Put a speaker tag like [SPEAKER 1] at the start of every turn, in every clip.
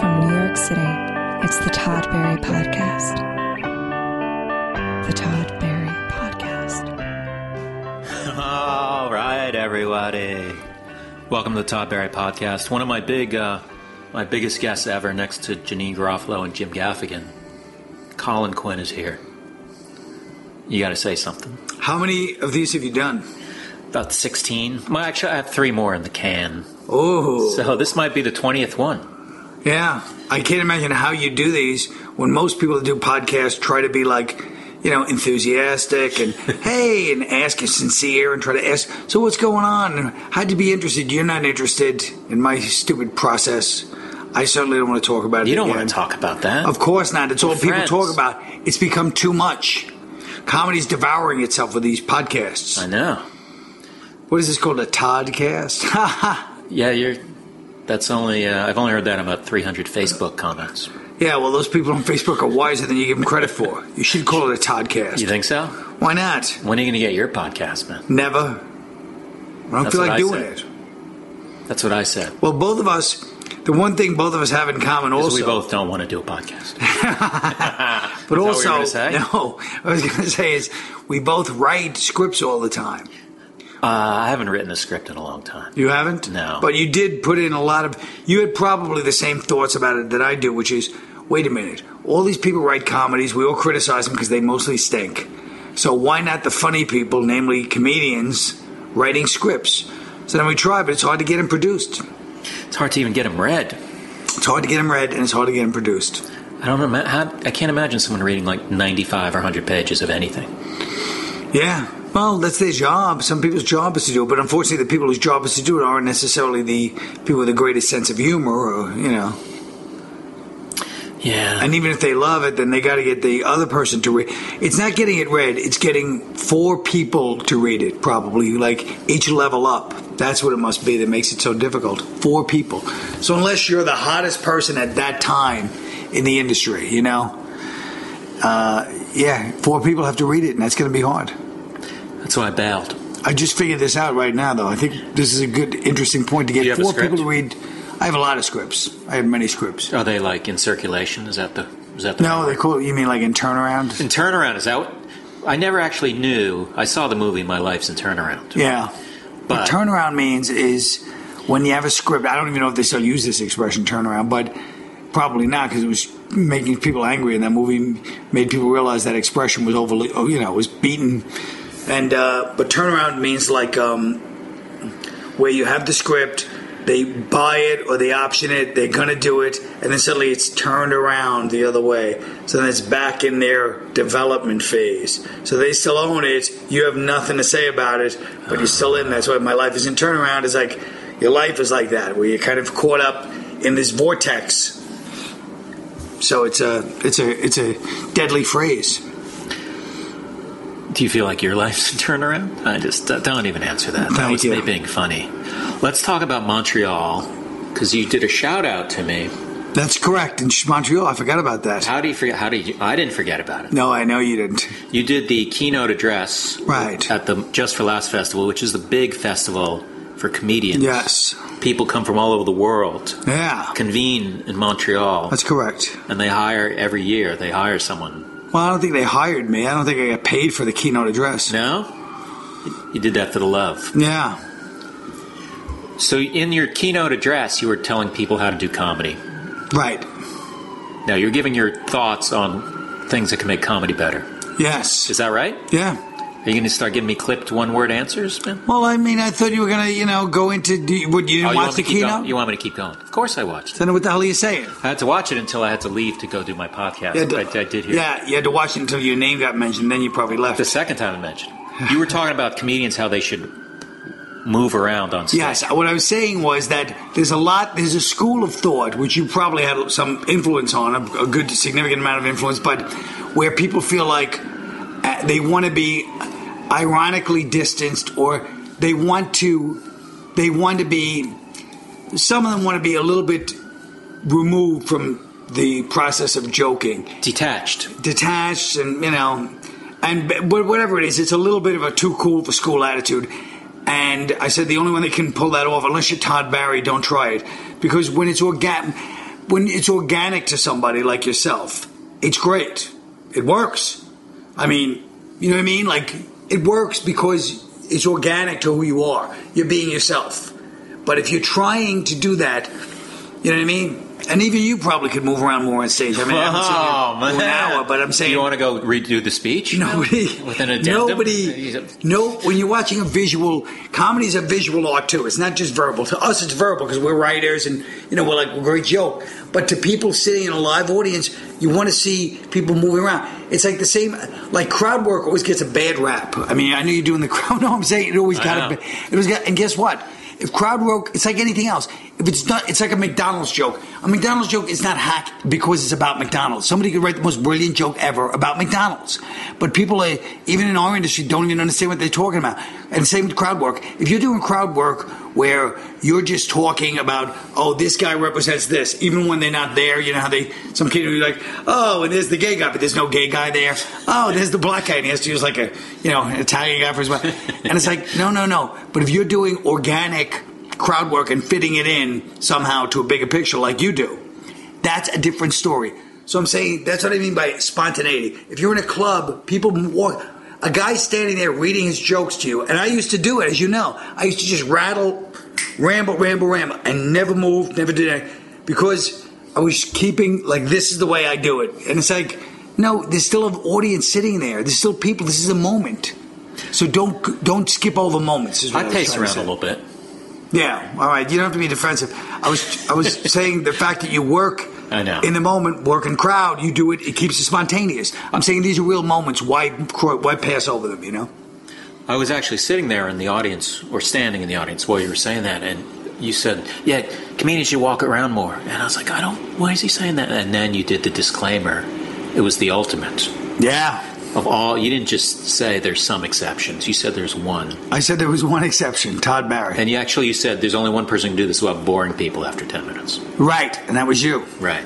[SPEAKER 1] From New York City, it's the Todd Berry Podcast. The Todd Berry Podcast.
[SPEAKER 2] All right, everybody. Welcome to the Todd Barry Podcast. One of my big, uh, my biggest guests ever, next to Janine Garofalo and Jim Gaffigan. Colin Quinn is here. You got to say something.
[SPEAKER 3] How many of these have you done?
[SPEAKER 2] About sixteen. Well, actually, I have three more in the can.
[SPEAKER 3] Oh,
[SPEAKER 2] So this might be the twentieth one.
[SPEAKER 3] yeah. I can't imagine how you do these when most people that do podcasts try to be like, you know, enthusiastic and hey, and ask you sincere and try to ask, so what's going on? And how'd you be interested? You're not interested in my stupid process. I certainly don't want to talk about it.
[SPEAKER 2] You don't
[SPEAKER 3] again.
[SPEAKER 2] want to talk about that.
[SPEAKER 3] Of course not. It's all
[SPEAKER 2] friends.
[SPEAKER 3] people talk about. It's become too much. Comedy's devouring itself with these podcasts.
[SPEAKER 2] I know.
[SPEAKER 3] What is this called? A Toddcast? Ha ha.
[SPEAKER 2] Yeah, you're. That's only. Uh, I've only heard that in about three hundred Facebook comments.
[SPEAKER 3] Yeah, well, those people on Facebook are wiser than you give them credit for. You should call it a Toddcast.
[SPEAKER 2] You think so?
[SPEAKER 3] Why not?
[SPEAKER 2] When are you going to get your podcast, man?
[SPEAKER 3] Never. I don't
[SPEAKER 2] That's
[SPEAKER 3] feel
[SPEAKER 2] what
[SPEAKER 3] like
[SPEAKER 2] I
[SPEAKER 3] doing
[SPEAKER 2] said.
[SPEAKER 3] it.
[SPEAKER 2] That's what I said.
[SPEAKER 3] Well, both of us, the one thing both of us have in common
[SPEAKER 2] Because
[SPEAKER 3] also,
[SPEAKER 2] we both don't want to do a podcast.
[SPEAKER 3] but
[SPEAKER 2] that what
[SPEAKER 3] also,
[SPEAKER 2] you were gonna say?
[SPEAKER 3] no, I was going to say is we both write scripts all the time.
[SPEAKER 2] Uh, I haven't written a script in a long time.
[SPEAKER 3] You haven't?
[SPEAKER 2] No.
[SPEAKER 3] But you did put in a lot of. You had probably the same thoughts about it that I do, which is wait a minute. All these people write comedies. We all criticize them because they mostly stink. So why not the funny people, namely comedians, writing scripts? So then we try, but it's hard to get them produced.
[SPEAKER 2] It's hard to even get them read.
[SPEAKER 3] It's hard to get them read, and it's hard to get them produced.
[SPEAKER 2] I don't ima- how, I can't imagine someone reading like 95 or 100 pages of anything.
[SPEAKER 3] Yeah. Well, that's their job. Some people's job is to do it, but unfortunately, the people whose job is to do it aren't necessarily the people with the greatest sense of humor, or you know.
[SPEAKER 2] Yeah.
[SPEAKER 3] And even if they love it, then they got to get the other person to read. It's not getting it read; it's getting four people to read it. Probably like each level up. That's what it must be that makes it so difficult. Four people. So unless you're the hottest person at that time in the industry, you know, uh, yeah, four people have to read it, and that's going to be hard.
[SPEAKER 2] that's why I bailed.
[SPEAKER 3] I just figured this out right now, though. I think this is a good, interesting point to
[SPEAKER 2] Do you
[SPEAKER 3] get
[SPEAKER 2] have a
[SPEAKER 3] four
[SPEAKER 2] script?
[SPEAKER 3] people to read. I have a lot of scripts. I have many scripts.
[SPEAKER 2] Are they like in circulation? Is that the is that the
[SPEAKER 3] No, they call you mean like in turnaround?
[SPEAKER 2] in turnaround? Is that what? I never actually knew. I saw the movie My Life's in Turnaround.
[SPEAKER 3] Yeah.
[SPEAKER 2] But-
[SPEAKER 3] what turnaround means is when you have a script. I don't even know if they still use this expression turnaround, but probably not because it was making people angry, and that movie made people realize that expression was overly, oh, you know, was beaten. And uh, but turnaround means like um, where you have the script, they buy it or they option it, they're gonna do it, and then suddenly it's turned around the other way. So then it's back in their development phase. So they still own it, you have nothing to say about it, but you're still in that. So my life is in turnaround is like your life is like that, where you're kind of caught up in this vortex. So it's a it's a it's a deadly phrase.
[SPEAKER 2] Do you feel like your life's in turnaround? I just uh, don't even answer that. that
[SPEAKER 3] Thank
[SPEAKER 2] was
[SPEAKER 3] you.
[SPEAKER 2] me being funny. Let's talk about Montreal because you did a shout out to me.
[SPEAKER 3] That's correct. In Montreal, I forgot about that.
[SPEAKER 2] How do you forget? How do you? I didn't forget about it.
[SPEAKER 3] No, I know you didn't.
[SPEAKER 2] You did the keynote address
[SPEAKER 3] Right.
[SPEAKER 2] at the Just for Last Festival, which is the big festival for comedians.
[SPEAKER 3] Yes.
[SPEAKER 2] People come from all over the world,
[SPEAKER 3] Yeah.
[SPEAKER 2] convene in Montreal,
[SPEAKER 3] That's correct.
[SPEAKER 2] and they hire every year. They hire someone.
[SPEAKER 3] Well, I don't think they hired me. I don't think I got paid for the keynote address.
[SPEAKER 2] No? You did that for the love.
[SPEAKER 3] Yeah.
[SPEAKER 2] So, in your keynote address, you were telling people how to do comedy.
[SPEAKER 3] Right.
[SPEAKER 2] Now, you're giving your thoughts on things that can make comedy better.
[SPEAKER 3] Yes.
[SPEAKER 2] Is that right?
[SPEAKER 3] Yeah.
[SPEAKER 2] Are you going to start giving me clipped one word answers, man?
[SPEAKER 3] Well, I mean, I thought you were gonna, you know, go into. Do you, would you
[SPEAKER 2] Oh,
[SPEAKER 3] didn't
[SPEAKER 2] you
[SPEAKER 3] watch
[SPEAKER 2] want me
[SPEAKER 3] the
[SPEAKER 2] to keep
[SPEAKER 3] keynote?
[SPEAKER 2] Going? You want me to keep going? Of course I watched it.
[SPEAKER 3] Then what the hell are you saying?
[SPEAKER 2] I had to watch it until I had to leave to go do my podcast.
[SPEAKER 3] You had to-
[SPEAKER 2] I, I did hear
[SPEAKER 3] Yeah, you had to watch it until your name got mentioned. Then you probably left.
[SPEAKER 2] the second time I mentioned. You were talking about comedians how they should move around on stage.
[SPEAKER 3] Yes, what I was saying was that there's a lot, there's a school of thought, which you probably had some influence on, a, a good, significant amount of influence, but where people feel like uh, they want to be ironically distanced or they want to, they want to be, some of them want to be a little bit removed from the process of joking,
[SPEAKER 2] detached.
[SPEAKER 3] detached and, you know, and b- but whatever it is, it's a little bit of a too cool for school attitude. And I said the only one that can pull that off, unless you're Todd Barry, don't try it, because when it's organ, when it's organic to somebody like yourself, it's great. It works. I mean, you know what I mean? Like it works because it's organic to who you are. You're being yourself. But if you're trying to do that, you know what I mean. And even you probably could move around more on stage. I mean, I haven't seen you for an hour, but I'm saying
[SPEAKER 2] Oh, Do you want to go redo the speech?
[SPEAKER 3] Nobody,
[SPEAKER 2] With an addendum?
[SPEAKER 3] nobody, no. When you're watching a visual, comedy's a visual art too. It's not just verbal. To us, it's verbal because we're writers and you know we're like we're great joke. But to people sitting in a live audience, you want to see people moving around. It's like the same. Like crowd work always gets a bad rap. I mean, I know you're doing the crowd. No, I'm saying it always
[SPEAKER 2] I
[SPEAKER 3] got
[SPEAKER 2] know.
[SPEAKER 3] a. ba- It was got. And guess what? If crowd work, it's like anything else. If it's not, it's like a McDonald's joke. A McDonald's joke is not hack because it's about McDonald's. Somebody could write the most brilliant joke ever about McDonald's, but people, uh, even in our industry, don't even understand what they're talking about. And same with crowd work. If you're doing crowd work where you're just talking about, oh, this guy represents this, even when they're not there, you know how they, some kid will be like, oh, and there's the gay guy, but there's no gay guy there. Oh, there's the black guy, and he has to use like a, you know, an Italian guy for his wife. And it's like, no, no, no. But if you're doing organic crowd work and fitting it in somehow to a bigger picture like you do, that's a different story. So I'm saying that's what I mean by spontaneity. If you're in a club, people walk. A guy standing there reading his jokes to you, and I used to do it, as you know. I used to just rattle, ramble, ramble, ramble, and never move, never did anything because I was keeping like this is the way I do it, and it's like no, there's still an audience sitting there. There's still people. This is a moment, so don't don't skip over moments. is what
[SPEAKER 2] I
[SPEAKER 3] was
[SPEAKER 2] pace
[SPEAKER 3] trying to
[SPEAKER 2] around
[SPEAKER 3] say.
[SPEAKER 2] a little bit.
[SPEAKER 3] Yeah, all right. You don't have to be defensive. I was I was saying the fact that you work
[SPEAKER 2] I know.
[SPEAKER 3] in the moment, work in crowd, you do it. It keeps it spontaneous. I'm saying these are real moments. Why cro- why pass over them? You know.
[SPEAKER 2] I was actually sitting there in the audience, or standing in the audience while you were saying that, and you said, "Yeah, comedians should walk around more." And I was like, "I don't. Why is he saying that?" And then you did the disclaimer. It was the ultimate
[SPEAKER 3] Yeah,
[SPEAKER 2] of all. You didn't just say there's some exceptions. You said there's one,
[SPEAKER 3] I said there was one exception, Todd Barry.
[SPEAKER 2] and you actually you said there's only one person who can do this without boring people after ten minutes.
[SPEAKER 3] right, and that was you.
[SPEAKER 2] Right.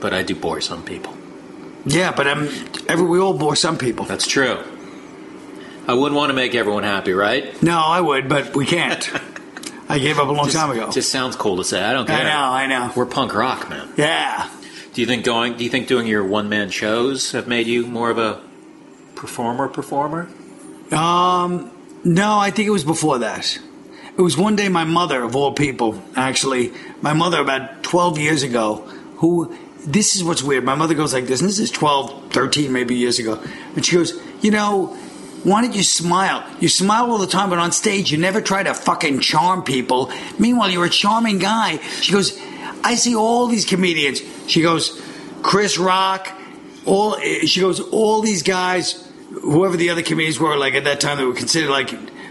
[SPEAKER 2] But I do bore some people.
[SPEAKER 3] Yeah, but I'm every we all bore some people.
[SPEAKER 2] That's true. I would want to make everyone happy, right?
[SPEAKER 3] No, I would, but we can't. I gave up a long time ago.
[SPEAKER 2] Just sounds cool to say. I don't care.
[SPEAKER 3] I know, I know.
[SPEAKER 2] We're punk rock, man.
[SPEAKER 3] yeah.
[SPEAKER 2] Do you think going? Do you think doing your one man shows have made you more of a performer? Performer?
[SPEAKER 3] Um, no, I think it was before that. It was one day my mother, of all people, actually, my mother about 12 years ago, who, this is what's weird. My mother goes like this, and this is 12, 13 maybe years ago. And she goes, You know, why don't you smile? You smile all the time, but on stage, you never try to fucking charm people. Meanwhile, you're a charming guy. She goes, I see all these comedians. She goes, Chris Rock, all she goes all these guys whoever the other comedians were like at that time that were considered like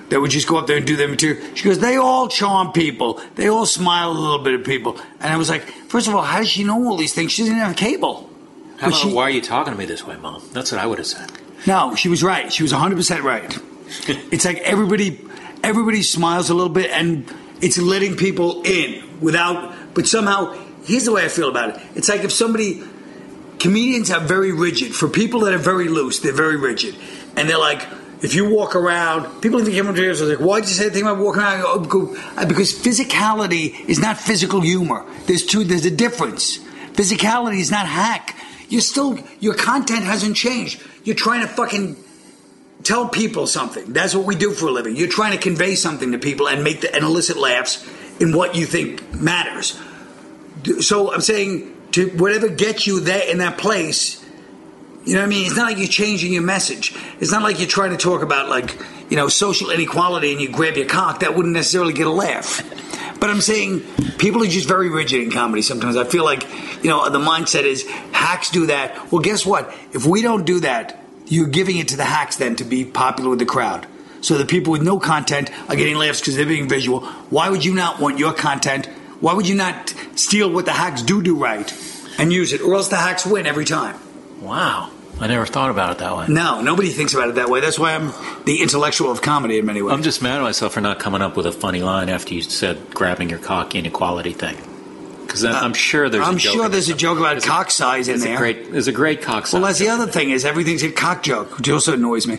[SPEAKER 3] that would just go up there and do their material she goes they all charm people they all smile a little bit at people and i was like first of all how does she know all these things she doesn't have cable
[SPEAKER 2] How
[SPEAKER 3] But
[SPEAKER 2] about
[SPEAKER 3] she-
[SPEAKER 2] why are you talking to me this way, mom? That's what I would have said.
[SPEAKER 3] no she was right she was 100% right it's like everybody everybody smiles a little bit and it's letting people in without but somehow here's the way i feel about it it's like if somebody comedians are very rigid. For people that are very loose, they're very rigid. And they're like, if you walk around, people even came up to me and was like, why did you say the thing about walking around? I go, "Oh, go- uh, Because physicality is not physical humor. There's two, there's a difference. Physicality is not hack. You're still, your content hasn't changed. You're trying to fucking tell people something. That's what we do for a living. You're trying to convey something to people and make the, and elicit laughs in what you think matters. So I'm saying to whatever gets you there in that place, you know what I mean? It's not like you're changing your message. It's not like you're trying to talk about like, you know, social inequality and you grab your cock. That wouldn't necessarily get a laugh. But I'm saying people are just very rigid in comedy sometimes. I feel like, you know, the mindset is hacks do that. Well, guess what? If we don't do that, you're giving it to the hacks then to be popular with the crowd. So the people with no content are getting laughs because they're being visual. Why would you not want your content? Why would you not steal what the hacks do do right and use it, or else the hacks win every time?
[SPEAKER 2] Wow. I never thought about it that way.
[SPEAKER 3] No, nobody thinks about it that way. That's why I'm the intellectual of comedy in many ways.
[SPEAKER 2] I'm just mad at myself for not coming up with a funny line after you said grabbing your cock inequality thing. Because I'm sure there's.
[SPEAKER 3] Uh, I'm
[SPEAKER 2] a joke
[SPEAKER 3] sure
[SPEAKER 2] in
[SPEAKER 3] there's a
[SPEAKER 2] there.
[SPEAKER 3] joke about
[SPEAKER 2] There's
[SPEAKER 3] cock size in
[SPEAKER 2] there's
[SPEAKER 3] there.
[SPEAKER 2] A great, there's a great cock.
[SPEAKER 3] well, that's the other thing is everything's a cock joke, which also annoys me.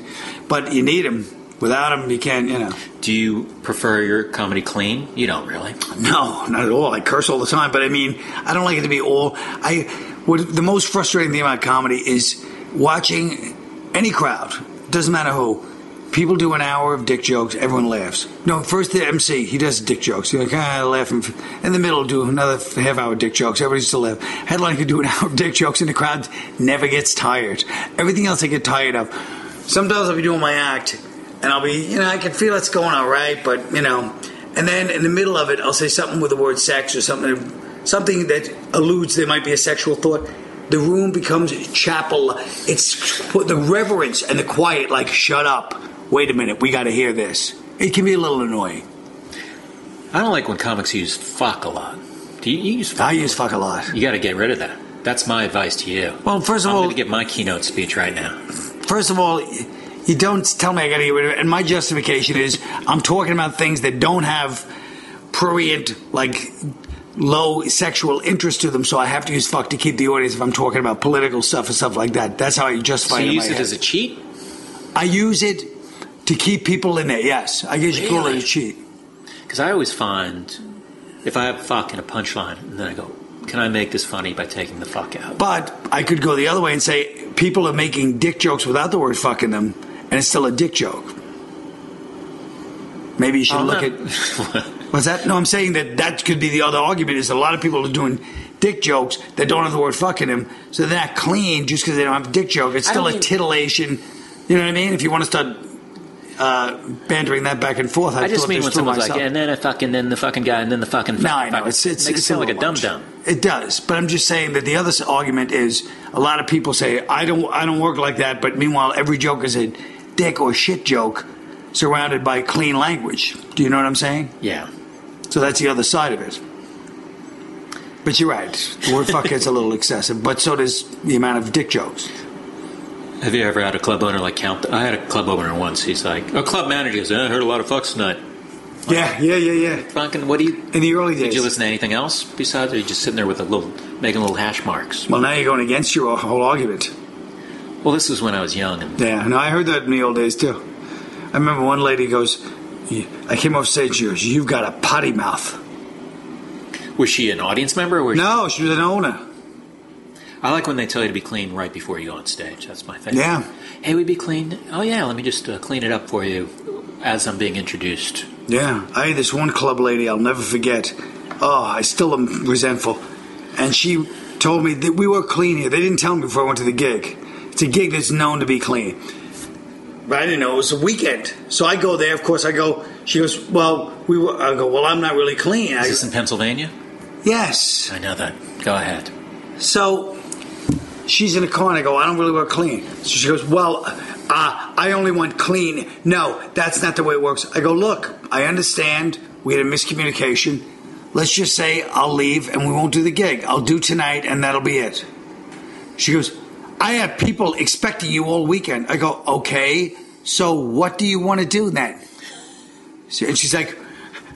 [SPEAKER 3] But you need them. Without them, you can't. You know,
[SPEAKER 2] Do you prefer your comedy clean? You don't really.
[SPEAKER 3] no, not at all. I curse all the time, but I mean, I don't like it to be all. I what the most frustrating thing about comedy is watching any crowd. Doesn't matter who. People do an hour of dick jokes. Everyone laughs. No, first the MC he does dick jokes. You're like, ah, laughing. In the middle, do another half hour dick jokes. Everybody's still laughing. Headline could do an hour of dick jokes, and the crowd never gets tired. Everything else I get tired of. Sometimes I'll be doing my act, and I'll be, you know, I can feel it's going all right, but you know, and then in the middle of it, I'll say something with the word sex or something, something that alludes there might be a sexual thought. The room becomes chapel. It's the reverence and the quiet. Like, shut up. Wait a minute. We got to hear this. It can be a little annoying.
[SPEAKER 2] I don't like when comics use fuck a lot. Do you, you use fuck?
[SPEAKER 3] I use fuck a lot.
[SPEAKER 2] You got to get rid of that. That's my advice to you.
[SPEAKER 3] Well, first of
[SPEAKER 2] I'm
[SPEAKER 3] all,
[SPEAKER 2] going to give my keynote speech right now.
[SPEAKER 3] First of all, you don't tell me I got to get rid of it. And my justification is I'm talking about things that don't have prurient, like low sexual interest to them. So I have to use fuck to keep the audience if I'm talking about political stuff and stuff like that. That's how I justify
[SPEAKER 2] So you
[SPEAKER 3] it. in my
[SPEAKER 2] use it
[SPEAKER 3] head.
[SPEAKER 2] as a cheat?
[SPEAKER 3] I use it to keep people in there. Yes, I guess you call it a
[SPEAKER 2] Really?
[SPEAKER 3] cheat.
[SPEAKER 2] Because I always find if I have fuck in a punchline, and then I go, can I make this funny by taking the fuck out?
[SPEAKER 3] But I could go the other way and say people are making dick jokes without the word fuck in them, and it's still a dick joke. Maybe you should
[SPEAKER 2] I'm
[SPEAKER 3] look
[SPEAKER 2] not-
[SPEAKER 3] at. What's that? No, I'm saying that that could be the other argument is a lot of people are doing dick jokes that don't have the word fucking him, so they're not clean just because they don't have a dick joke. It's
[SPEAKER 2] I
[SPEAKER 3] still
[SPEAKER 2] don't
[SPEAKER 3] a
[SPEAKER 2] think-
[SPEAKER 3] titillation. You know what I mean? If you want to start uh, bantering that back and forth, I,
[SPEAKER 2] I just
[SPEAKER 3] thought
[SPEAKER 2] mean
[SPEAKER 3] this
[SPEAKER 2] when
[SPEAKER 3] through
[SPEAKER 2] someone's
[SPEAKER 3] myself.
[SPEAKER 2] like, and then I fucking, then the fucking guy, and then the fucking.
[SPEAKER 3] No, I
[SPEAKER 2] fucking-
[SPEAKER 3] know. It's, it's,
[SPEAKER 2] makes it
[SPEAKER 3] it's
[SPEAKER 2] sound like a
[SPEAKER 3] little
[SPEAKER 2] dum
[SPEAKER 3] much.
[SPEAKER 2] dum.
[SPEAKER 3] It does, but I'm just saying that the other s- argument is a lot of people say I don't I don't work like that, but meanwhile every joke is a dick or shit joke surrounded by clean language. Do you know what I'm saying?
[SPEAKER 2] Yeah.
[SPEAKER 3] So that's the other side of it. But you're right. The word fuck gets a little excessive, but so does the amount of dick jokes.
[SPEAKER 2] Have you ever had a club owner like count? I had a club owner once. He's like, a club manager goes, I heard a lot of fucks tonight.
[SPEAKER 3] Yeah, yeah, yeah, yeah.
[SPEAKER 2] Fucking, what do you?
[SPEAKER 3] In the early days.
[SPEAKER 2] Did you listen to anything else besides? Or you just sitting there with a little, making little hash marks?
[SPEAKER 3] Well, now you're going against your whole argument.
[SPEAKER 2] Well, this was when I was young, and
[SPEAKER 3] Yeah, no, I heard that in the old days too. I remember one lady goes, I came off stage, she goes, You've got a potty mouth.
[SPEAKER 2] was she an audience member? Or was
[SPEAKER 3] No, she was an owner.
[SPEAKER 2] I like when they tell you to be clean right before you go on stage. That's my thing.
[SPEAKER 3] Yeah.
[SPEAKER 2] Hey, we be clean. Oh yeah, let me just uh, clean it up for you as I'm being introduced.
[SPEAKER 3] Yeah, I had this one club lady I'll never forget. Oh, I still am resentful. And she told me that we were clean here. They didn't tell me before I went to the gig. It's a gig that's known to be clean. But I didn't know it was a weekend. So I go there, of course, I go, she goes, Well, we were, I go, Well, I'm not really clean. I,
[SPEAKER 2] Is this in Pennsylvania?
[SPEAKER 3] yes.
[SPEAKER 2] I know that. Go ahead.
[SPEAKER 3] So she's in the car, and I go, I don't really work clean. So she goes, Well, uh, I only want clean. No, that's not the way it works. I go, Look, I understand. We had a miscommunication. Let's just say I'll leave and we won't do the gig. I'll do tonight, and that'll be it. She goes, I have people expecting you all weekend. I go, Okay, so what do you want to do then? So- And she's like,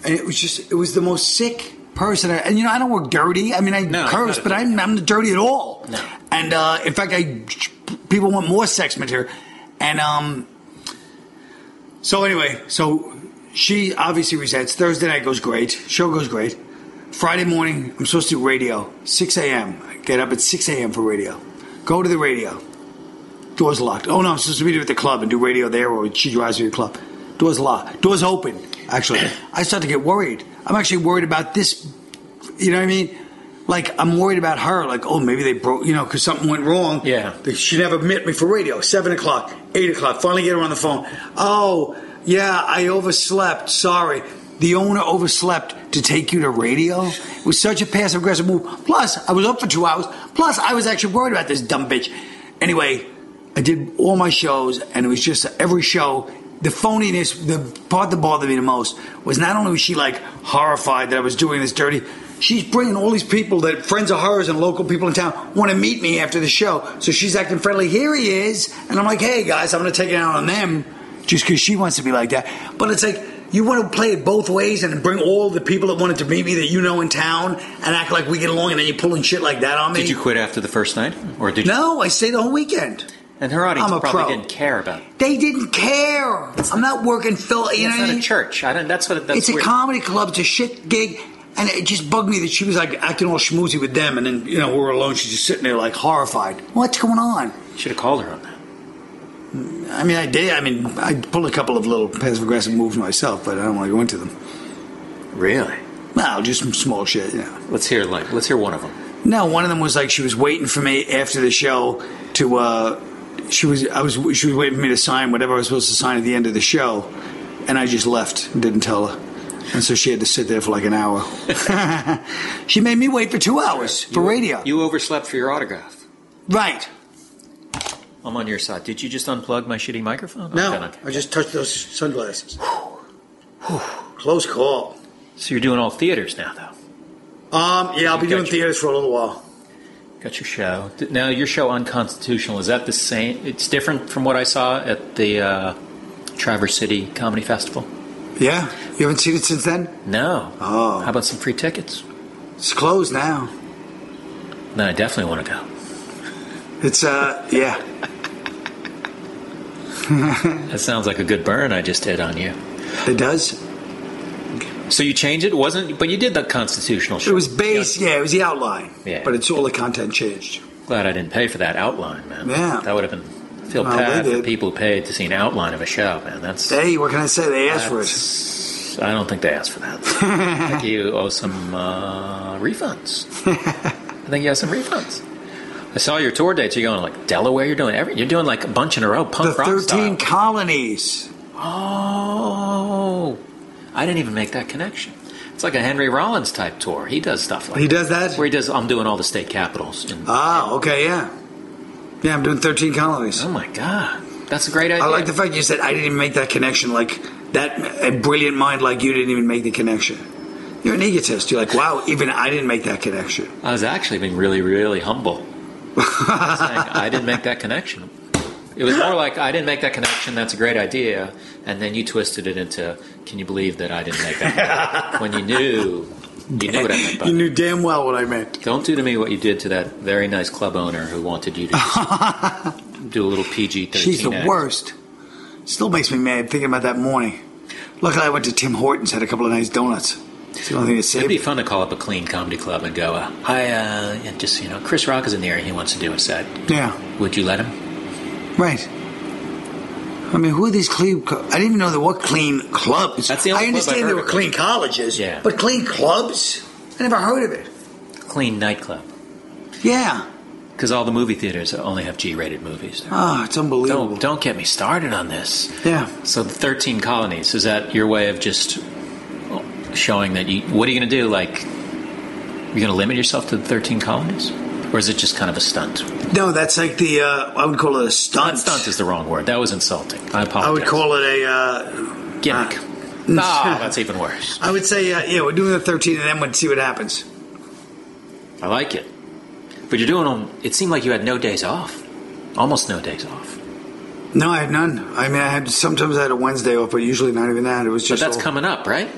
[SPEAKER 3] and it was just, it was the most sick person. I, and you know, I don't work dirty. I mean, I
[SPEAKER 2] No,
[SPEAKER 3] curse,
[SPEAKER 2] not at
[SPEAKER 3] but I'm, I'm not dirty at all.
[SPEAKER 2] No.
[SPEAKER 3] And uh, in fact, I people want more sex material. And um, so anyway, so she obviously resents. Thursday night goes great. Show goes great. Friday morning, I'm supposed to do radio, 6 a.m. I get up at 6 a.m. for radio. Go to the radio. Doors locked. Oh no, I'm supposed to meet her at the club and do radio there, or she drives me to the club. Doors locked. Doors open. Actually, I start to get worried. I'm actually worried about this. You know what I mean? Like I'm worried about her. Like oh, maybe they broke. You know, because something went wrong.
[SPEAKER 2] Yeah.
[SPEAKER 3] They- She never met me for radio. Seven o'clock, eight o'clock. Finally get her on the phone. Oh yeah, I overslept. Sorry. The owner overslept to take you to radio. It was such a passive aggressive move. Plus, I was up for two hours. Plus, I was actually worried about this dumb bitch. Anyway, I did all my shows, and it was just every show the phoniness, the part that bothered me the most was not only was she like horrified that I was doing this dirty, she's bringing all these people that friends of hers and local people in town want to meet me after the show. So she's acting friendly. Here he is, and I'm like, hey guys, I'm going to take it out on them just because she wants to be like that. But it's like you want to play it both ways and bring all the people that wanted to meet me that you know in town and act like we get along, and then you're pulling shit like that on me.
[SPEAKER 2] Did you quit after the first night, or did you?
[SPEAKER 3] No, I stayed the whole weekend.
[SPEAKER 2] And her audience
[SPEAKER 3] I'm a
[SPEAKER 2] probably
[SPEAKER 3] pro.
[SPEAKER 2] didn't care about. It.
[SPEAKER 3] They didn't care. I'm not working Phil. You
[SPEAKER 2] it's
[SPEAKER 3] know what I
[SPEAKER 2] not a
[SPEAKER 3] mean?
[SPEAKER 2] church. I don't. That's what. That's
[SPEAKER 3] it's
[SPEAKER 2] weird.
[SPEAKER 3] a comedy club. It's a shit gig, and it just bugged me that she was like acting all schmoozy with them, and then you know we're alone. She's just sitting there like horrified. What's going on?
[SPEAKER 2] Should have called her on that.
[SPEAKER 3] I mean, I did. I mean, I pulled a couple of little passive aggressive moves myself, but I don't want to go into them.
[SPEAKER 2] Really?
[SPEAKER 3] No, just some small shit. You know.
[SPEAKER 2] Let's hear like. Let's hear one of them.
[SPEAKER 3] No, one of them was like she was waiting for me after the show to. Uh, she was I was she was waiting for me to sign whatever I was supposed to sign at the end of the show, and I just left and didn't tell her. And so she had to sit there for like an hour. she made me wait for two hours for
[SPEAKER 2] You-
[SPEAKER 3] radio.
[SPEAKER 2] You overslept for your autograph.
[SPEAKER 3] right?
[SPEAKER 2] I'm on your side. Did you just unplug my shitty microphone? Okay,
[SPEAKER 3] No,
[SPEAKER 2] okay.
[SPEAKER 3] I just touched those sunglasses. Close call.
[SPEAKER 2] So you're doing all theaters now, though.
[SPEAKER 3] Um, yeah, I'll be
[SPEAKER 2] Got
[SPEAKER 3] doing
[SPEAKER 2] you.
[SPEAKER 3] theaters for a little while.
[SPEAKER 2] Got your show. D- Now your show unconstitutional. Is that the same? It's different from what I saw at the uh, Traverse City Comedy Festival.
[SPEAKER 3] Yeah, you haven't seen it since then.
[SPEAKER 2] No.
[SPEAKER 3] Oh.
[SPEAKER 2] How about some free tickets?
[SPEAKER 3] It's closed now.
[SPEAKER 2] No, I definitely want to go.
[SPEAKER 3] It's uh, yeah.
[SPEAKER 2] That sounds like a good burn I just did on you.
[SPEAKER 3] It does.
[SPEAKER 2] So you changed it, wasn't? But you did the constitutional show.
[SPEAKER 3] It was base, yeah. It was the outline,
[SPEAKER 2] Yeah.
[SPEAKER 3] But it's all the content changed.
[SPEAKER 2] Glad I didn't pay for that outline, man.
[SPEAKER 3] Yeah.
[SPEAKER 2] That would have been feel
[SPEAKER 3] Well,
[SPEAKER 2] bad
[SPEAKER 3] they
[SPEAKER 2] for
[SPEAKER 3] did.
[SPEAKER 2] people who paid to see an outline of a show, man. That's
[SPEAKER 3] Hey, what can I say? They asked for it.
[SPEAKER 2] that's- I don't think they asked for that. I think you owe some uh, refunds. I think you owe some refunds. I saw your tour dates. You're going like Delaware. You're doing every. You're doing like a bunch in a row.
[SPEAKER 3] The
[SPEAKER 2] Punk rock style.
[SPEAKER 3] thirteen colonies.
[SPEAKER 2] Oh, I didn't even make that connection. It's like a Henry Rollins type tour. He does stuff like
[SPEAKER 3] He
[SPEAKER 2] that.
[SPEAKER 3] does that.
[SPEAKER 2] where he does. I'm doing all the state capitals. And,
[SPEAKER 3] Ah, okay, yeah, yeah. I'm doing thirteen colonies.
[SPEAKER 2] oh my god, that's a great idea.
[SPEAKER 3] I like the fact you said I didn't even make that connection. Like that, a brilliant mind like you didn't even make the connection. You're an egotist. You're like, wow, even I didn't make that connection.
[SPEAKER 2] I was actually being really, really humble. Saying, I didn't make that connection. It was more like I didn't make that connection. That's a great idea, and then you twisted it into, "Can you believe that I didn't make that?" connection?" when you knew, you knew what I meant. By
[SPEAKER 3] You
[SPEAKER 2] it.
[SPEAKER 3] knew damn well what I meant.
[SPEAKER 2] Don't do to me what you did to that very nice club owner who wanted you to just do a little PG thirteen.
[SPEAKER 3] She's the worst. Still makes me mad thinking about that morning. Luckily, I went to Tim Hortons, had a couple of nice donuts. It's the only thing that saved
[SPEAKER 2] It'd
[SPEAKER 3] me.
[SPEAKER 2] be fun to call up a clean comedy club and go, uh, "Hi, uh, and just you know, Chris Rock is in the area. He wants to do a set.
[SPEAKER 3] Yeah,
[SPEAKER 2] Would you let him?"
[SPEAKER 3] right. I mean, who are these clean? Co- I didn't even know there were clean clubs.
[SPEAKER 2] That's the only club
[SPEAKER 3] I
[SPEAKER 2] I've
[SPEAKER 3] understand there
[SPEAKER 2] heard
[SPEAKER 3] were
[SPEAKER 2] of.
[SPEAKER 3] clean colleges,
[SPEAKER 2] Yeah.
[SPEAKER 3] but clean clubs? I never heard of it.
[SPEAKER 2] Clean nightclub
[SPEAKER 3] Yeah.
[SPEAKER 2] because all the movie theaters only have G-rated movies.
[SPEAKER 3] Oh, it's unbelievable.
[SPEAKER 2] Don't don't get me started on this.
[SPEAKER 3] Yeah.
[SPEAKER 2] So the thirteen colonies is that your way of just showing that you? What are you going to do? Like, you're going to limit yourself to the thirteen colonies, or is it just kind of a stunt?
[SPEAKER 3] No, that's like the, uh, I would call it a stunt.
[SPEAKER 2] Not stunt is the wrong word. That was insulting. I apologize.
[SPEAKER 3] I would call it a, uh,
[SPEAKER 2] gimmick. No, that's even worse.
[SPEAKER 3] I would say, uh, yeah, we're doing the 13 and then we'd see what happens.
[SPEAKER 2] I like it, but you're doing them. It seemed like you had no days off, almost no days off.
[SPEAKER 3] No, I had none. I mean, I had sometimes I had a Wednesday off, but usually not even that. It was
[SPEAKER 2] But
[SPEAKER 3] just.
[SPEAKER 2] that's
[SPEAKER 3] all-
[SPEAKER 2] coming up, right?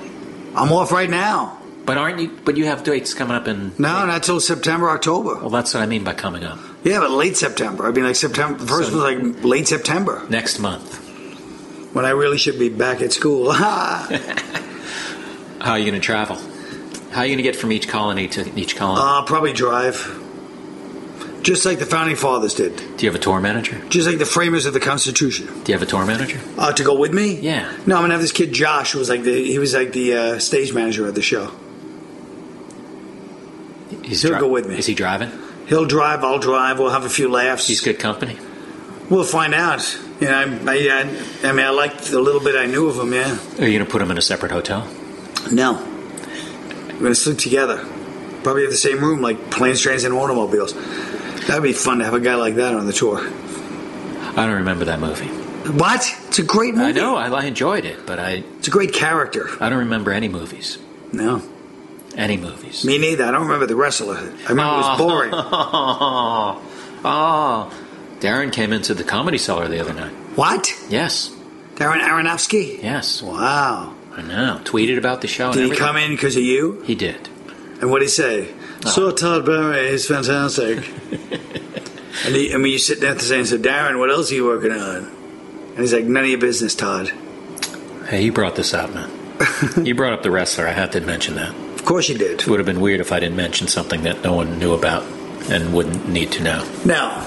[SPEAKER 3] I'm off right now.
[SPEAKER 2] But aren't you? But you have dates coming up in.
[SPEAKER 3] No, not till September, October.
[SPEAKER 2] Well, that's what I mean by coming up
[SPEAKER 3] Yeah, but late September. I mean, like September. The first
[SPEAKER 2] So-
[SPEAKER 3] was like late September
[SPEAKER 2] next month.
[SPEAKER 3] when I really should be back at school. uh,
[SPEAKER 2] How are you going to travel? How are you going to get from each colony to each colony?
[SPEAKER 3] probably drive. Just like the founding fathers did.
[SPEAKER 2] Do you have a tour manager?
[SPEAKER 3] Just like the framers of the Constitution.
[SPEAKER 2] Do you have a tour manager?
[SPEAKER 3] Uh, to go with me?
[SPEAKER 2] Yeah.
[SPEAKER 3] No, I'm gonna have this kid Josh. Who was like the he was like the uh, stage manager of the show.
[SPEAKER 2] He's
[SPEAKER 3] He'll go with me.
[SPEAKER 2] Is he driving?
[SPEAKER 3] He'll drive. I'll drive. We'll have a few laughs.
[SPEAKER 2] He's good company.
[SPEAKER 3] We'll find out. You know, I, I, I mean, I liked the little bit I knew of him. Yeah.
[SPEAKER 2] Are you going to put him in a separate hotel?
[SPEAKER 3] No. We're gonna sleep together. Probably have the same room, like planes, trains, and automobiles. That'd be fun to have a guy like that on the tour.
[SPEAKER 2] I don't remember that movie.
[SPEAKER 3] What? It's a great movie.
[SPEAKER 2] I know. I, I enjoyed it, but I
[SPEAKER 3] It's a great character.
[SPEAKER 2] I don't remember any movies.
[SPEAKER 3] No.
[SPEAKER 2] Any movies.
[SPEAKER 3] Me neither. I don't remember the wrestler. I remember it was boring.
[SPEAKER 2] Oh, Darren came into the comedy cellar the other night.
[SPEAKER 3] What?
[SPEAKER 2] Yes,
[SPEAKER 3] Darren Aronofsky?
[SPEAKER 2] yes.
[SPEAKER 3] Wow.
[SPEAKER 2] I know. Tweeted about the show.
[SPEAKER 3] Did
[SPEAKER 2] and
[SPEAKER 3] he
[SPEAKER 2] everything.
[SPEAKER 3] come in because of you?
[SPEAKER 2] He did.
[SPEAKER 3] And what did he say?
[SPEAKER 2] Ah.
[SPEAKER 3] So Todd Barry is fantastic. and, he, and when you sit down at the same and say, Darren, what else are you working on? And he's like, none of your business, Todd.
[SPEAKER 2] Hey, you brought this up, man. you brought up the wrestler. I had to mention that.
[SPEAKER 3] Of course you did.
[SPEAKER 2] It would have been weird if I didn't mention something that no one knew about and wouldn't need to know. Oh,
[SPEAKER 3] Now,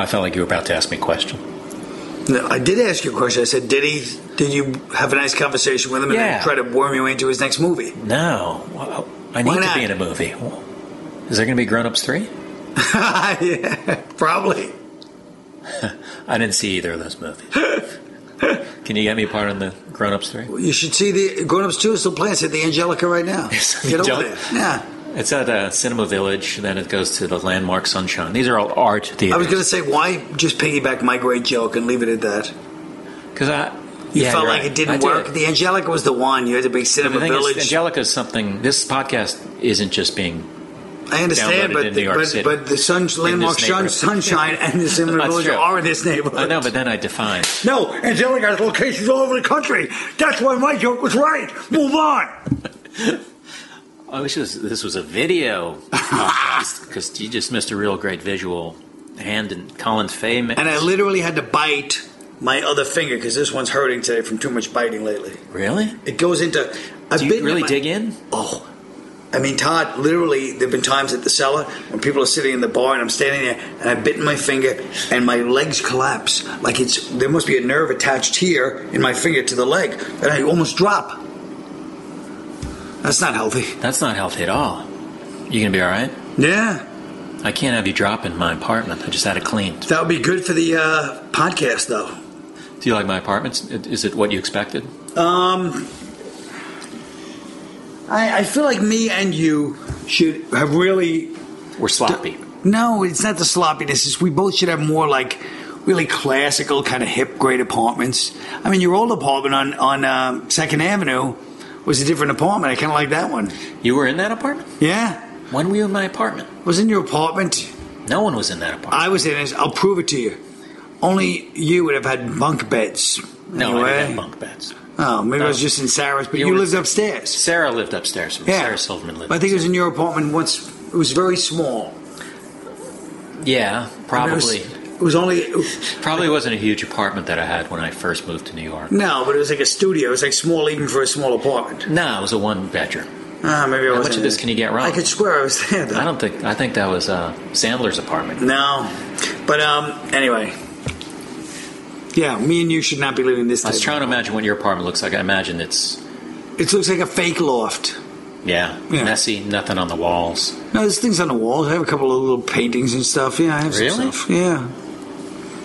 [SPEAKER 2] I felt like you were about to ask me a question.
[SPEAKER 3] no, I did ask you a question. I said, did he? Did you have a nice conversation with him and
[SPEAKER 2] Yeah.
[SPEAKER 3] then try to worm you into his next movie?
[SPEAKER 2] No, Well, I need
[SPEAKER 3] Why
[SPEAKER 2] to
[SPEAKER 3] not?
[SPEAKER 2] be in a movie. Is there going to be Grown Ups Three?
[SPEAKER 3] yeah, probably.
[SPEAKER 2] I didn't see either of those movies. Can you get me a part in the Grown Ups Three?
[SPEAKER 3] You should see the Grown Ups 2 is still playing. It's at the Angelica right now.
[SPEAKER 2] Yes,
[SPEAKER 3] Get over
[SPEAKER 2] Angelica.
[SPEAKER 3] there. Yeah.
[SPEAKER 2] It's at uh, Cinema Village, then it goes to the Landmark Sunshine. These are all art
[SPEAKER 3] I was
[SPEAKER 2] theaters.
[SPEAKER 3] going to say, why just piggyback my great joke and leave it at that?
[SPEAKER 2] Because I,
[SPEAKER 3] You
[SPEAKER 2] yeah,
[SPEAKER 3] felt
[SPEAKER 2] you're
[SPEAKER 3] like
[SPEAKER 2] right.
[SPEAKER 3] it
[SPEAKER 2] I
[SPEAKER 3] didn't
[SPEAKER 2] did.
[SPEAKER 3] work. The Angelica was the one. You had the big
[SPEAKER 2] The
[SPEAKER 3] cinema
[SPEAKER 2] thing is,
[SPEAKER 3] village.
[SPEAKER 2] Angelica is something. This podcast isn't just being.
[SPEAKER 3] I understand,
[SPEAKER 2] downloaded
[SPEAKER 3] but
[SPEAKER 2] in New York
[SPEAKER 3] but,
[SPEAKER 2] City.
[SPEAKER 3] but the sun, landmark sun,
[SPEAKER 2] neighborhood.
[SPEAKER 3] sunshine and the cinema
[SPEAKER 2] That's
[SPEAKER 3] village
[SPEAKER 2] true.
[SPEAKER 3] are in this neighborhood.
[SPEAKER 2] I know, but then I define.
[SPEAKER 3] no, Angelica has locations all over the country. That's why my joke was right. Move on.
[SPEAKER 2] I wish oh, this, this was a video podcast because you just missed a real great visual hand and Colin Fay. mix.
[SPEAKER 3] And I literally had to bite my other finger because this one's hurting today from too much biting lately.
[SPEAKER 2] really.
[SPEAKER 3] It goes into. I've
[SPEAKER 2] Do
[SPEAKER 3] bitten
[SPEAKER 2] you really
[SPEAKER 3] my-
[SPEAKER 2] dig in?
[SPEAKER 3] Oh, I mean, Todd, literally, there have been times at the cellar when people are sitting in the bar and I'm standing there and I've bitten my finger and my legs collapse. Like it's, there must be a nerve attached here in my finger to the leg and I almost drop. That's not healthy.
[SPEAKER 2] That's not healthy at all. You gonna be all right?
[SPEAKER 3] Yeah.
[SPEAKER 2] I can't have you drop in my apartment. I just had it cleaned.
[SPEAKER 3] That would be good for the uh, podcast, though.
[SPEAKER 2] Do you like my apartments? Is it what you expected?
[SPEAKER 3] Um, I, I feel like me and you should have really
[SPEAKER 2] We're sloppy.
[SPEAKER 3] No, it's not the sloppiness. It's we both should have more like really classical kind of hip, great apartments. I mean, your old apartment on on uh, Second Avenue was a different apartment. I kind of like that one.
[SPEAKER 2] You were in that apartment?
[SPEAKER 3] Yeah,
[SPEAKER 2] When were you in my apartment?
[SPEAKER 3] was in your apartment.
[SPEAKER 2] No one was in that apartment.
[SPEAKER 3] I was in it. I'll prove it to you. Only you would have had bunk beds.
[SPEAKER 2] no, I didn't
[SPEAKER 3] Anyway.
[SPEAKER 2] have bunk beds.
[SPEAKER 3] Oh, maybe I was
[SPEAKER 2] No.
[SPEAKER 3] just in Sarah's, but
[SPEAKER 2] You
[SPEAKER 3] you,
[SPEAKER 2] were-
[SPEAKER 3] lived upstairs.
[SPEAKER 2] Sarah lived upstairs. From
[SPEAKER 3] Yeah,
[SPEAKER 2] Sarah Silverman lived.
[SPEAKER 3] I think it was in your apartment once. It was very small.
[SPEAKER 2] yeah,
[SPEAKER 3] I mean, it was-
[SPEAKER 2] probably.
[SPEAKER 3] it was only
[SPEAKER 2] Probably wasn't a huge apartment that I had when I first moved to New York.
[SPEAKER 3] No, but it was like a studio. It was like small even for a small apartment.
[SPEAKER 2] No, it was a one bedroom.
[SPEAKER 3] Ah, maybe I
[SPEAKER 2] How
[SPEAKER 3] wasn't
[SPEAKER 2] much of this can you get wrong?
[SPEAKER 3] I could swear I was there. Though.
[SPEAKER 2] I don't think. I think that was uh, Sandler's apartment.
[SPEAKER 3] No, but um. Anyway, yeah, me and you should not be living this.
[SPEAKER 2] I was
[SPEAKER 3] type
[SPEAKER 2] trying to imagine what your apartment looks like. I imagine it's
[SPEAKER 3] of- It looks like a fake loft.
[SPEAKER 2] yeah,
[SPEAKER 3] Yeah.
[SPEAKER 2] messy, nothing on the walls.
[SPEAKER 3] No, there's things on the walls. I have a couple of little paintings and stuff. Yeah, I have
[SPEAKER 2] Really?
[SPEAKER 3] some stuff. Yeah,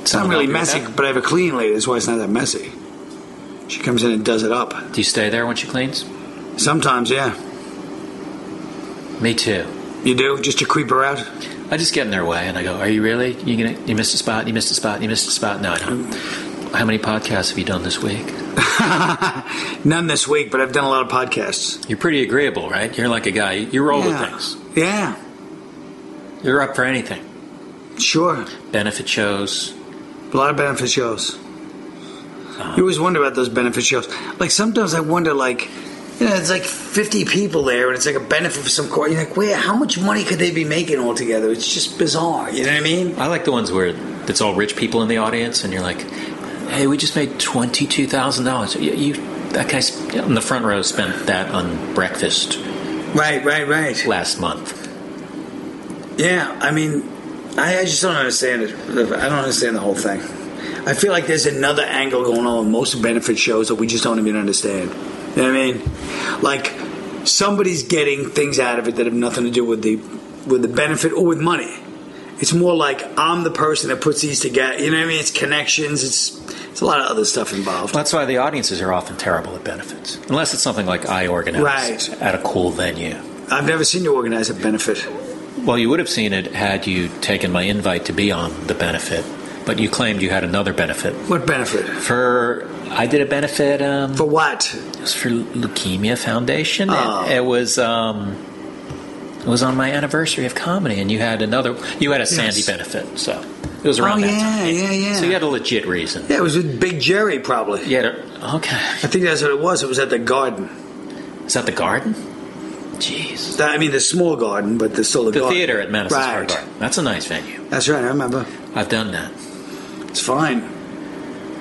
[SPEAKER 3] it's not
[SPEAKER 2] Someone
[SPEAKER 3] really
[SPEAKER 2] help you with
[SPEAKER 3] messy,
[SPEAKER 2] that?
[SPEAKER 3] but I have a clean lady. That's why it's not that messy. She comes in and does it up.
[SPEAKER 2] Do you stay there when she cleans?
[SPEAKER 3] Sometimes, yeah,
[SPEAKER 2] Me too.
[SPEAKER 3] you do just to creep her out.
[SPEAKER 2] I just get in their way and I go, "Are you really? You gonna? You missed a spot. You missed a spot. You missed a spot." No, I don't. How many podcasts have you done this week?
[SPEAKER 3] None this week, but I've done a lot of podcasts.
[SPEAKER 2] You're pretty agreeable, right? You're like a guy. You roll
[SPEAKER 3] Yeah.
[SPEAKER 2] with things.
[SPEAKER 3] Yeah,
[SPEAKER 2] You're up for anything.
[SPEAKER 3] sure.
[SPEAKER 2] Benefit shows.
[SPEAKER 3] A lot of benefit shows. You always wonder about those benefit shows. Like sometimes I wonder, like you know, it's like fifty people there, and it's like a benefit for some court. You're like, wait, how much money could they be making altogether? It's just bizarre. You know what I mean?
[SPEAKER 2] I like the ones where it's all rich people in the audience, and you're like, "Hey, we just made twenty two thousand dollars." You, you that guy sp- in the front row spent that on breakfast
[SPEAKER 3] Right, right, right.
[SPEAKER 2] last month.
[SPEAKER 3] Yeah, I mean, I, I just don't understand it. I don't understand the whole thing. I feel like there's another angle going on with most benefit shows that we just don't even understand. You know what I mean? Like somebody's getting things out of it that have nothing to do with the with the benefit or with money. It's more like I'm the person that puts these together. You know what I mean? It's connections. It's it's a lot of other stuff involved.
[SPEAKER 2] That's why the audiences are often terrible at benefits, unless it's something like I organized
[SPEAKER 3] Right.
[SPEAKER 2] at a cool venue.
[SPEAKER 3] I've never seen you organize a benefit.
[SPEAKER 2] Well, you would have seen it had you taken my invite to be on the benefit But you claimed you had another benefit.
[SPEAKER 3] What benefit?
[SPEAKER 2] For I did a benefit. Um,
[SPEAKER 3] For what?
[SPEAKER 2] it was for Leukemia Foundation. and
[SPEAKER 3] Oh.
[SPEAKER 2] It, was. Um, it was on my anniversary of comedy, and you had another. You had a Sandy
[SPEAKER 3] Yes.
[SPEAKER 2] benefit, so it was around
[SPEAKER 3] Oh,
[SPEAKER 2] that
[SPEAKER 3] yeah,
[SPEAKER 2] time.
[SPEAKER 3] yeah, yeah.
[SPEAKER 2] So you had a legit reason.
[SPEAKER 3] Yeah, it was with Big Jerry, probably.
[SPEAKER 2] You had a, okay.
[SPEAKER 3] I think that's what it was. It was at the garden.
[SPEAKER 2] Is that the garden? Jeez.
[SPEAKER 3] I mean, the small garden, but there's still a
[SPEAKER 2] The
[SPEAKER 3] garden.
[SPEAKER 2] theater at Madison Square
[SPEAKER 3] right.
[SPEAKER 2] Garden. That's a nice venue.
[SPEAKER 3] That's right. I remember.
[SPEAKER 2] I've done that.
[SPEAKER 3] It's fine.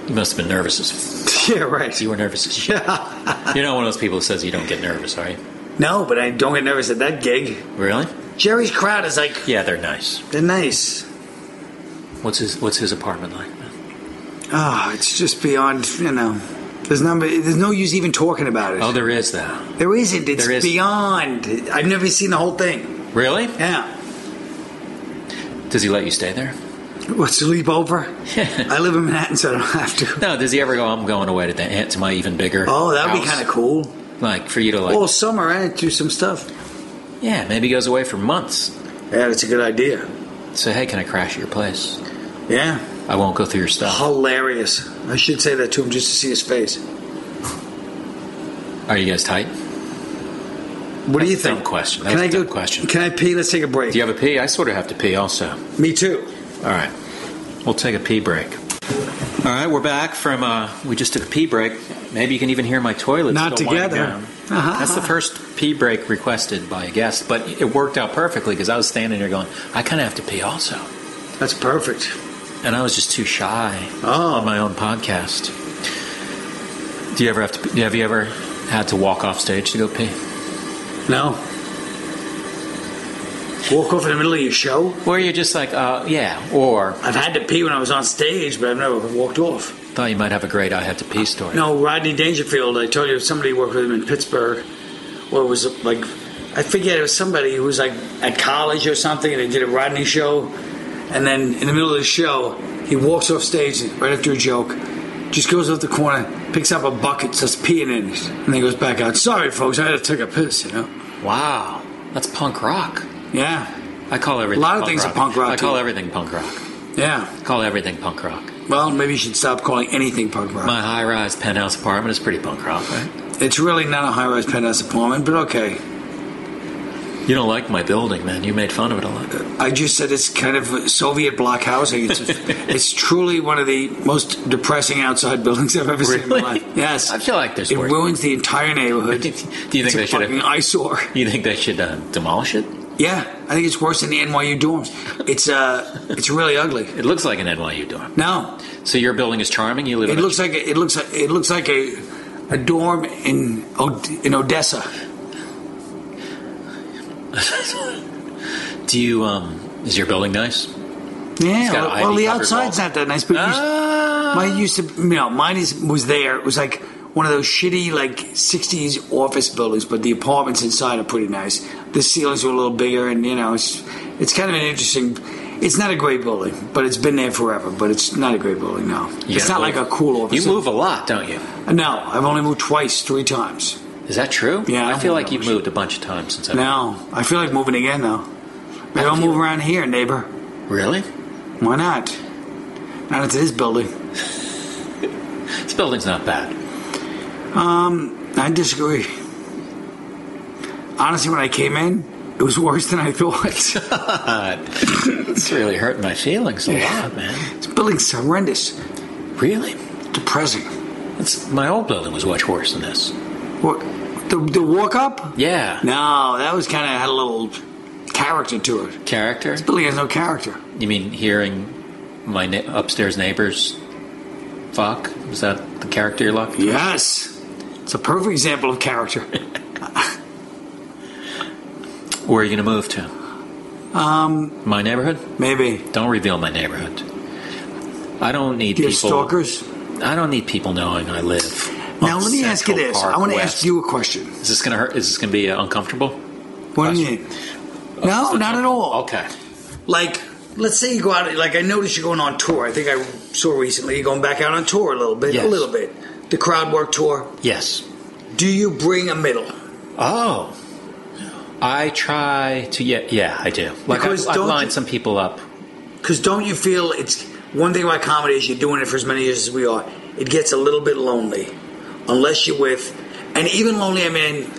[SPEAKER 2] You must have been nervous as f-
[SPEAKER 3] Yeah, right.
[SPEAKER 2] you were nervous as shit. You're not one of those people who says you don't get nervous, are you?
[SPEAKER 3] No, but I don't get nervous at that gig.
[SPEAKER 2] Really?
[SPEAKER 3] Jerry's crowd is like
[SPEAKER 2] Yeah, they're nice.
[SPEAKER 3] they're nice.
[SPEAKER 2] What's his What's his apartment like?
[SPEAKER 3] Oh, it's just beyond you know. There's no there's no use even talking about it.
[SPEAKER 2] Oh, there is that.
[SPEAKER 3] there isn't. It's
[SPEAKER 2] there is.
[SPEAKER 3] beyond. I've never seen the whole thing.
[SPEAKER 2] Really?
[SPEAKER 3] Yeah.
[SPEAKER 2] Does he let you stay there?
[SPEAKER 3] What sleep over? I live in Manhattan, so I don't have to.
[SPEAKER 2] No. Does he ever go? I'm going away to the, to my even bigger.
[SPEAKER 3] Oh, that would be
[SPEAKER 2] house?"
[SPEAKER 3] kind of cool.
[SPEAKER 2] Like for you to like.
[SPEAKER 3] All summer, I do some stuff.
[SPEAKER 2] yeah, maybe he goes away for months.
[SPEAKER 3] Yeah, that's a good idea.
[SPEAKER 2] Say, hey, can I crash at your place?
[SPEAKER 3] Yeah.
[SPEAKER 2] I won't go through your stuff.
[SPEAKER 3] Hilarious. I should say that to him just to see his face.
[SPEAKER 2] Are you guys tight?
[SPEAKER 3] What do you
[SPEAKER 2] That's a dumb
[SPEAKER 3] think?
[SPEAKER 2] question. That
[SPEAKER 3] Can
[SPEAKER 2] was
[SPEAKER 3] I
[SPEAKER 2] a dumb
[SPEAKER 3] go-
[SPEAKER 2] question.
[SPEAKER 3] Can I pee? Let's take a break.
[SPEAKER 2] Do you have a pee? I sort of have to pee also.
[SPEAKER 3] Me too.
[SPEAKER 2] All right. We'll take a pee break. All right, we're back from uh we just took a pee break. Maybe you can even hear my toilet
[SPEAKER 3] Not
[SPEAKER 2] still winding
[SPEAKER 3] together.
[SPEAKER 2] down. That's the first pee break requested by a guest, but it worked out perfectly because I was standing there going, I kind of have to pee also.
[SPEAKER 3] That's perfect.
[SPEAKER 2] And I was just too shy on
[SPEAKER 3] Oh,
[SPEAKER 2] my own podcast. Do you ever have to pee- have you ever had to walk off stage to go pee?
[SPEAKER 3] no. Walk off in the middle of your show?
[SPEAKER 2] Or you're just like, uh, yeah, or
[SPEAKER 3] I've had to pee when I was on stage, but I've never walked off.
[SPEAKER 2] thought you might have a great I had to pee story.
[SPEAKER 3] No, Rodney Dangerfield. I told you somebody worked with him in Pittsburgh, or it was like, I forget it was somebody who was like at college or something, and they did a Rodney show, and then in the middle of the show, he walks off stage right after a joke, just goes off the corner, picks up a bucket, starts peeing in it, and then goes back out. Sorry, folks, I had to take a piss. You know?
[SPEAKER 2] Wow. That's punk rock.
[SPEAKER 3] Yeah,
[SPEAKER 2] I call everything.
[SPEAKER 3] A lot of things
[SPEAKER 2] rock.
[SPEAKER 3] are punk rock,
[SPEAKER 2] I call
[SPEAKER 3] too.
[SPEAKER 2] everything punk rock.
[SPEAKER 3] yeah.
[SPEAKER 2] I call everything punk rock.
[SPEAKER 3] Well, maybe you should stop calling anything punk rock.
[SPEAKER 2] My high-rise penthouse apartment is pretty punk rock, right?
[SPEAKER 3] It's really not a high-rise penthouse apartment, but okay.
[SPEAKER 2] You don't like my building, man. You made fun of it a lot.
[SPEAKER 3] I just said it's kind of a Soviet block housing. It's, it's truly one of the most depressing outside buildings I've ever seen in my
[SPEAKER 2] Really?
[SPEAKER 3] life. Yes,
[SPEAKER 2] I feel like there's
[SPEAKER 3] it
[SPEAKER 2] worse.
[SPEAKER 3] ruins the entire neighborhood.
[SPEAKER 2] Do you think
[SPEAKER 3] uh, it's
[SPEAKER 2] they
[SPEAKER 3] a
[SPEAKER 2] should have-
[SPEAKER 3] fucking eyesore?
[SPEAKER 2] You think they should uh, demolish it?
[SPEAKER 3] Yeah, I think it's worse than the NYU dorms. It's uh, it's really ugly.
[SPEAKER 2] It looks like an NYU dorm.
[SPEAKER 3] No,
[SPEAKER 2] So your building is charming. You live
[SPEAKER 3] it
[SPEAKER 2] in.
[SPEAKER 3] looks like a, it looks like it looks like a a dorm in Od- in Odessa.
[SPEAKER 2] a, do you? Um, is your building nice?
[SPEAKER 3] Yeah,
[SPEAKER 2] got Ah.
[SPEAKER 3] well, well,
[SPEAKER 2] ivy
[SPEAKER 3] the
[SPEAKER 2] covered
[SPEAKER 3] outside's
[SPEAKER 2] walls.
[SPEAKER 3] not that nice, but you s- Mine used to, you know, mine is was there. It was like one of those shitty like '60s office buildings, but the apartments inside are pretty nice. The ceilings were a little bigger, and you know, it's it's kind of an interesting. It's not a great building, but it's been there forever. But it's not a great building. No,
[SPEAKER 2] You
[SPEAKER 3] it's
[SPEAKER 2] gotta
[SPEAKER 3] not like
[SPEAKER 2] move.
[SPEAKER 3] a cool office.
[SPEAKER 2] You move a lot, don't you?
[SPEAKER 3] No, I've only moved twice, three times.
[SPEAKER 2] Is that true?
[SPEAKER 3] Yeah,
[SPEAKER 2] I
[SPEAKER 3] I
[SPEAKER 2] feel
[SPEAKER 3] moved
[SPEAKER 2] like you've
[SPEAKER 3] a lot.
[SPEAKER 2] moved a bunch of times since I.
[SPEAKER 3] No, I feel like moving again though. Maybe I'll move around here, neighbor.
[SPEAKER 2] Really?
[SPEAKER 3] Why not? Not into this building.
[SPEAKER 2] This building's not bad.
[SPEAKER 3] I disagree. Honestly, when I came in, it was worse than I thought.
[SPEAKER 2] it's really hurting my feelings a lot, man.
[SPEAKER 3] This building's horrendous,
[SPEAKER 2] Really?
[SPEAKER 3] depressing.
[SPEAKER 2] It's, my old building was much worse than this.
[SPEAKER 3] What the, the walk up?
[SPEAKER 2] Yeah.
[SPEAKER 3] No, that was kind of had a little character to it.
[SPEAKER 2] Character?
[SPEAKER 3] Building has no character.
[SPEAKER 2] You mean hearing my ne- upstairs neighbors fuck? Is that the character you're looking for?
[SPEAKER 3] Yes, it's a perfect example of character.
[SPEAKER 2] Where are you going to move to?
[SPEAKER 3] Um,
[SPEAKER 2] My neighborhood?
[SPEAKER 3] maybe
[SPEAKER 2] Don't reveal my neighborhood. I don't need
[SPEAKER 3] you're
[SPEAKER 2] people.
[SPEAKER 3] stalkers.
[SPEAKER 2] I don't need people knowing I live.
[SPEAKER 3] Now
[SPEAKER 2] on
[SPEAKER 3] let me ask you
[SPEAKER 2] Central
[SPEAKER 3] this.
[SPEAKER 2] Park
[SPEAKER 3] I want to
[SPEAKER 2] West.
[SPEAKER 3] ask you a question.
[SPEAKER 2] Is this going to hurt? Is this going to be uh, uncomfortable?
[SPEAKER 3] What do you mean? No, not at all.
[SPEAKER 2] Okay.
[SPEAKER 3] Like, let's say you go out. Like I noticed you're going on tour. I think I saw recently you're going back out on tour a little bit,
[SPEAKER 2] Yes.
[SPEAKER 3] a little bit. The crowd work tour.
[SPEAKER 2] Yes.
[SPEAKER 3] Do you bring a middle?
[SPEAKER 2] Oh. I try to yeah yeah I do. Like I,
[SPEAKER 3] Because
[SPEAKER 2] I
[SPEAKER 3] don't
[SPEAKER 2] line
[SPEAKER 3] you-
[SPEAKER 2] some people up.
[SPEAKER 3] Because don't you feel it's one thing about comedy is you're doing it for as many years as we are. It gets a little bit lonely, unless you're with, and even lonely. I mean,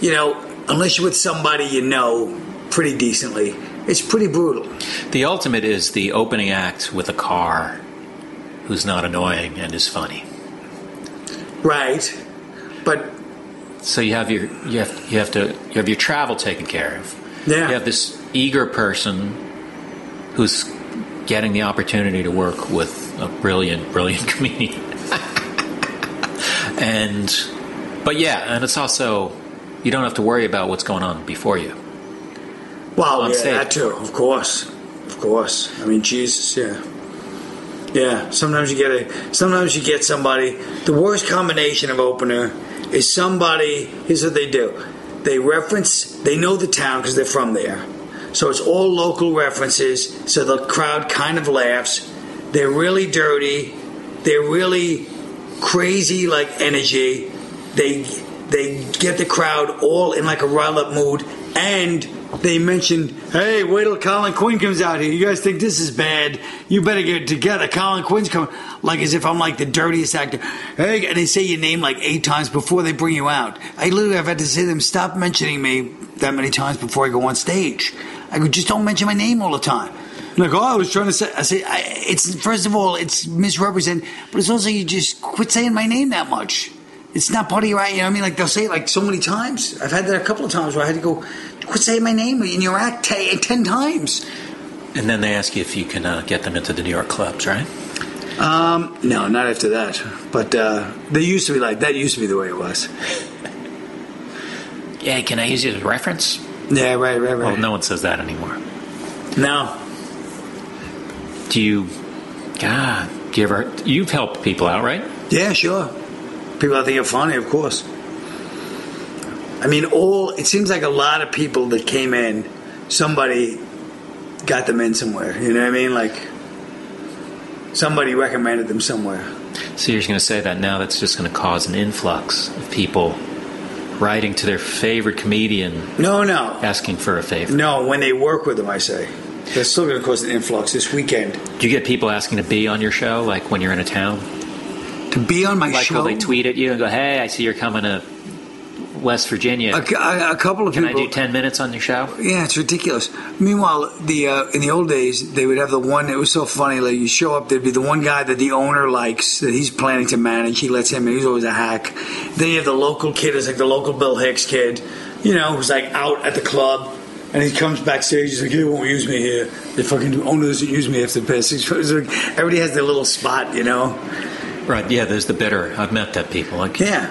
[SPEAKER 3] you know, unless you're with somebody you know pretty decently, it's pretty brutal.
[SPEAKER 2] The ultimate is the opening act with a car who's not annoying and is funny.
[SPEAKER 3] Right, but
[SPEAKER 2] So you have your you have you have to you have your travel taken care of.
[SPEAKER 3] yeah,
[SPEAKER 2] You have this eager person who's getting the opportunity to work with a brilliant, brilliant comedian. and but yeah, and it's also you don't have to worry about what's going on before you.
[SPEAKER 3] Well,
[SPEAKER 2] on
[SPEAKER 3] yeah,
[SPEAKER 2] stage.
[SPEAKER 3] that too, of course, of course. I mean, Jesus, yeah, yeah. Sometimes you get a, sometimes you get somebody. The worst combination of opener is somebody. Here's what they do: they reference, they know the town because they're from there, so it's all local references. So the crowd kind of laughs. They're really dirty. They're really crazy, like energy. They they get the crowd all in like a rile up mood, and they mention, "Hey, wait till Colin Quinn comes out here. You guys think this is bad? You better get it together. Colin Quinn's coming." Like as if I'm like the dirtiest actor. Hey, and they say your name like eight times before they bring you out. I literally have had to say to them, "Stop mentioning me that many times before I go on stage." I go, "Just don't mention my name all the time." Like, oh, I was trying to say, I say, I, it's first of all, it's misrepresent, but it's also you just quit saying my name that much. It's not part of your, you know what I mean? Like, they'll say it like so many times. I've had that a couple of times where I had to go, quit saying my name in your act t- 10 times.
[SPEAKER 2] And then they ask you if you can uh, get them into the New York clubs, right?
[SPEAKER 3] Um, no, not after that. But uh, they used to be like, that used to be the way it was.
[SPEAKER 2] Yeah, can I use you as a reference?
[SPEAKER 3] Yeah, right, right,
[SPEAKER 2] Well,
[SPEAKER 3] right.
[SPEAKER 2] Oh, no one says that anymore.
[SPEAKER 3] No.
[SPEAKER 2] Do you? God, do you ever? You've helped people out, right?
[SPEAKER 3] Yeah, sure. People I think are funny, of course. I mean, all it seems like a lot of people that came in, somebody got them in somewhere. You know what I mean? Like somebody recommended them somewhere.
[SPEAKER 2] So you're just going to say that now that's just going to cause an influx of people writing to their favorite comedian
[SPEAKER 3] No, no,
[SPEAKER 2] asking for a favor.
[SPEAKER 3] no. When they work with them, I say they're still going to cause an influx this weekend.
[SPEAKER 2] Do you get people asking to be on your show, like when you're in a town?
[SPEAKER 3] To be on my
[SPEAKER 2] Like,
[SPEAKER 3] show,
[SPEAKER 2] will they tweet at you and go, "Hey, I see you're coming to West Virginia.
[SPEAKER 3] a, cou- a- a couple of
[SPEAKER 2] Can I
[SPEAKER 3] people.
[SPEAKER 2] do ten minutes on your show?"
[SPEAKER 3] Yeah, it's ridiculous. Meanwhile, the uh, in the old days, they would have the one. It was so funny. Like you show up, there'd be the one guy that the owner likes that he's planning to manage. He lets him in. He's always a hack. Then you have the local kid, who's like the local Bill Hicks kid, you know, who's like out at the club, and he comes backstage. He's like, "They won't use me here. The fucking owner doesn't use me after the past six months." Like, everybody has their little spot, you know.
[SPEAKER 2] Right? Yeah, there's the bitter. I've met that people. Like,
[SPEAKER 3] Yeah.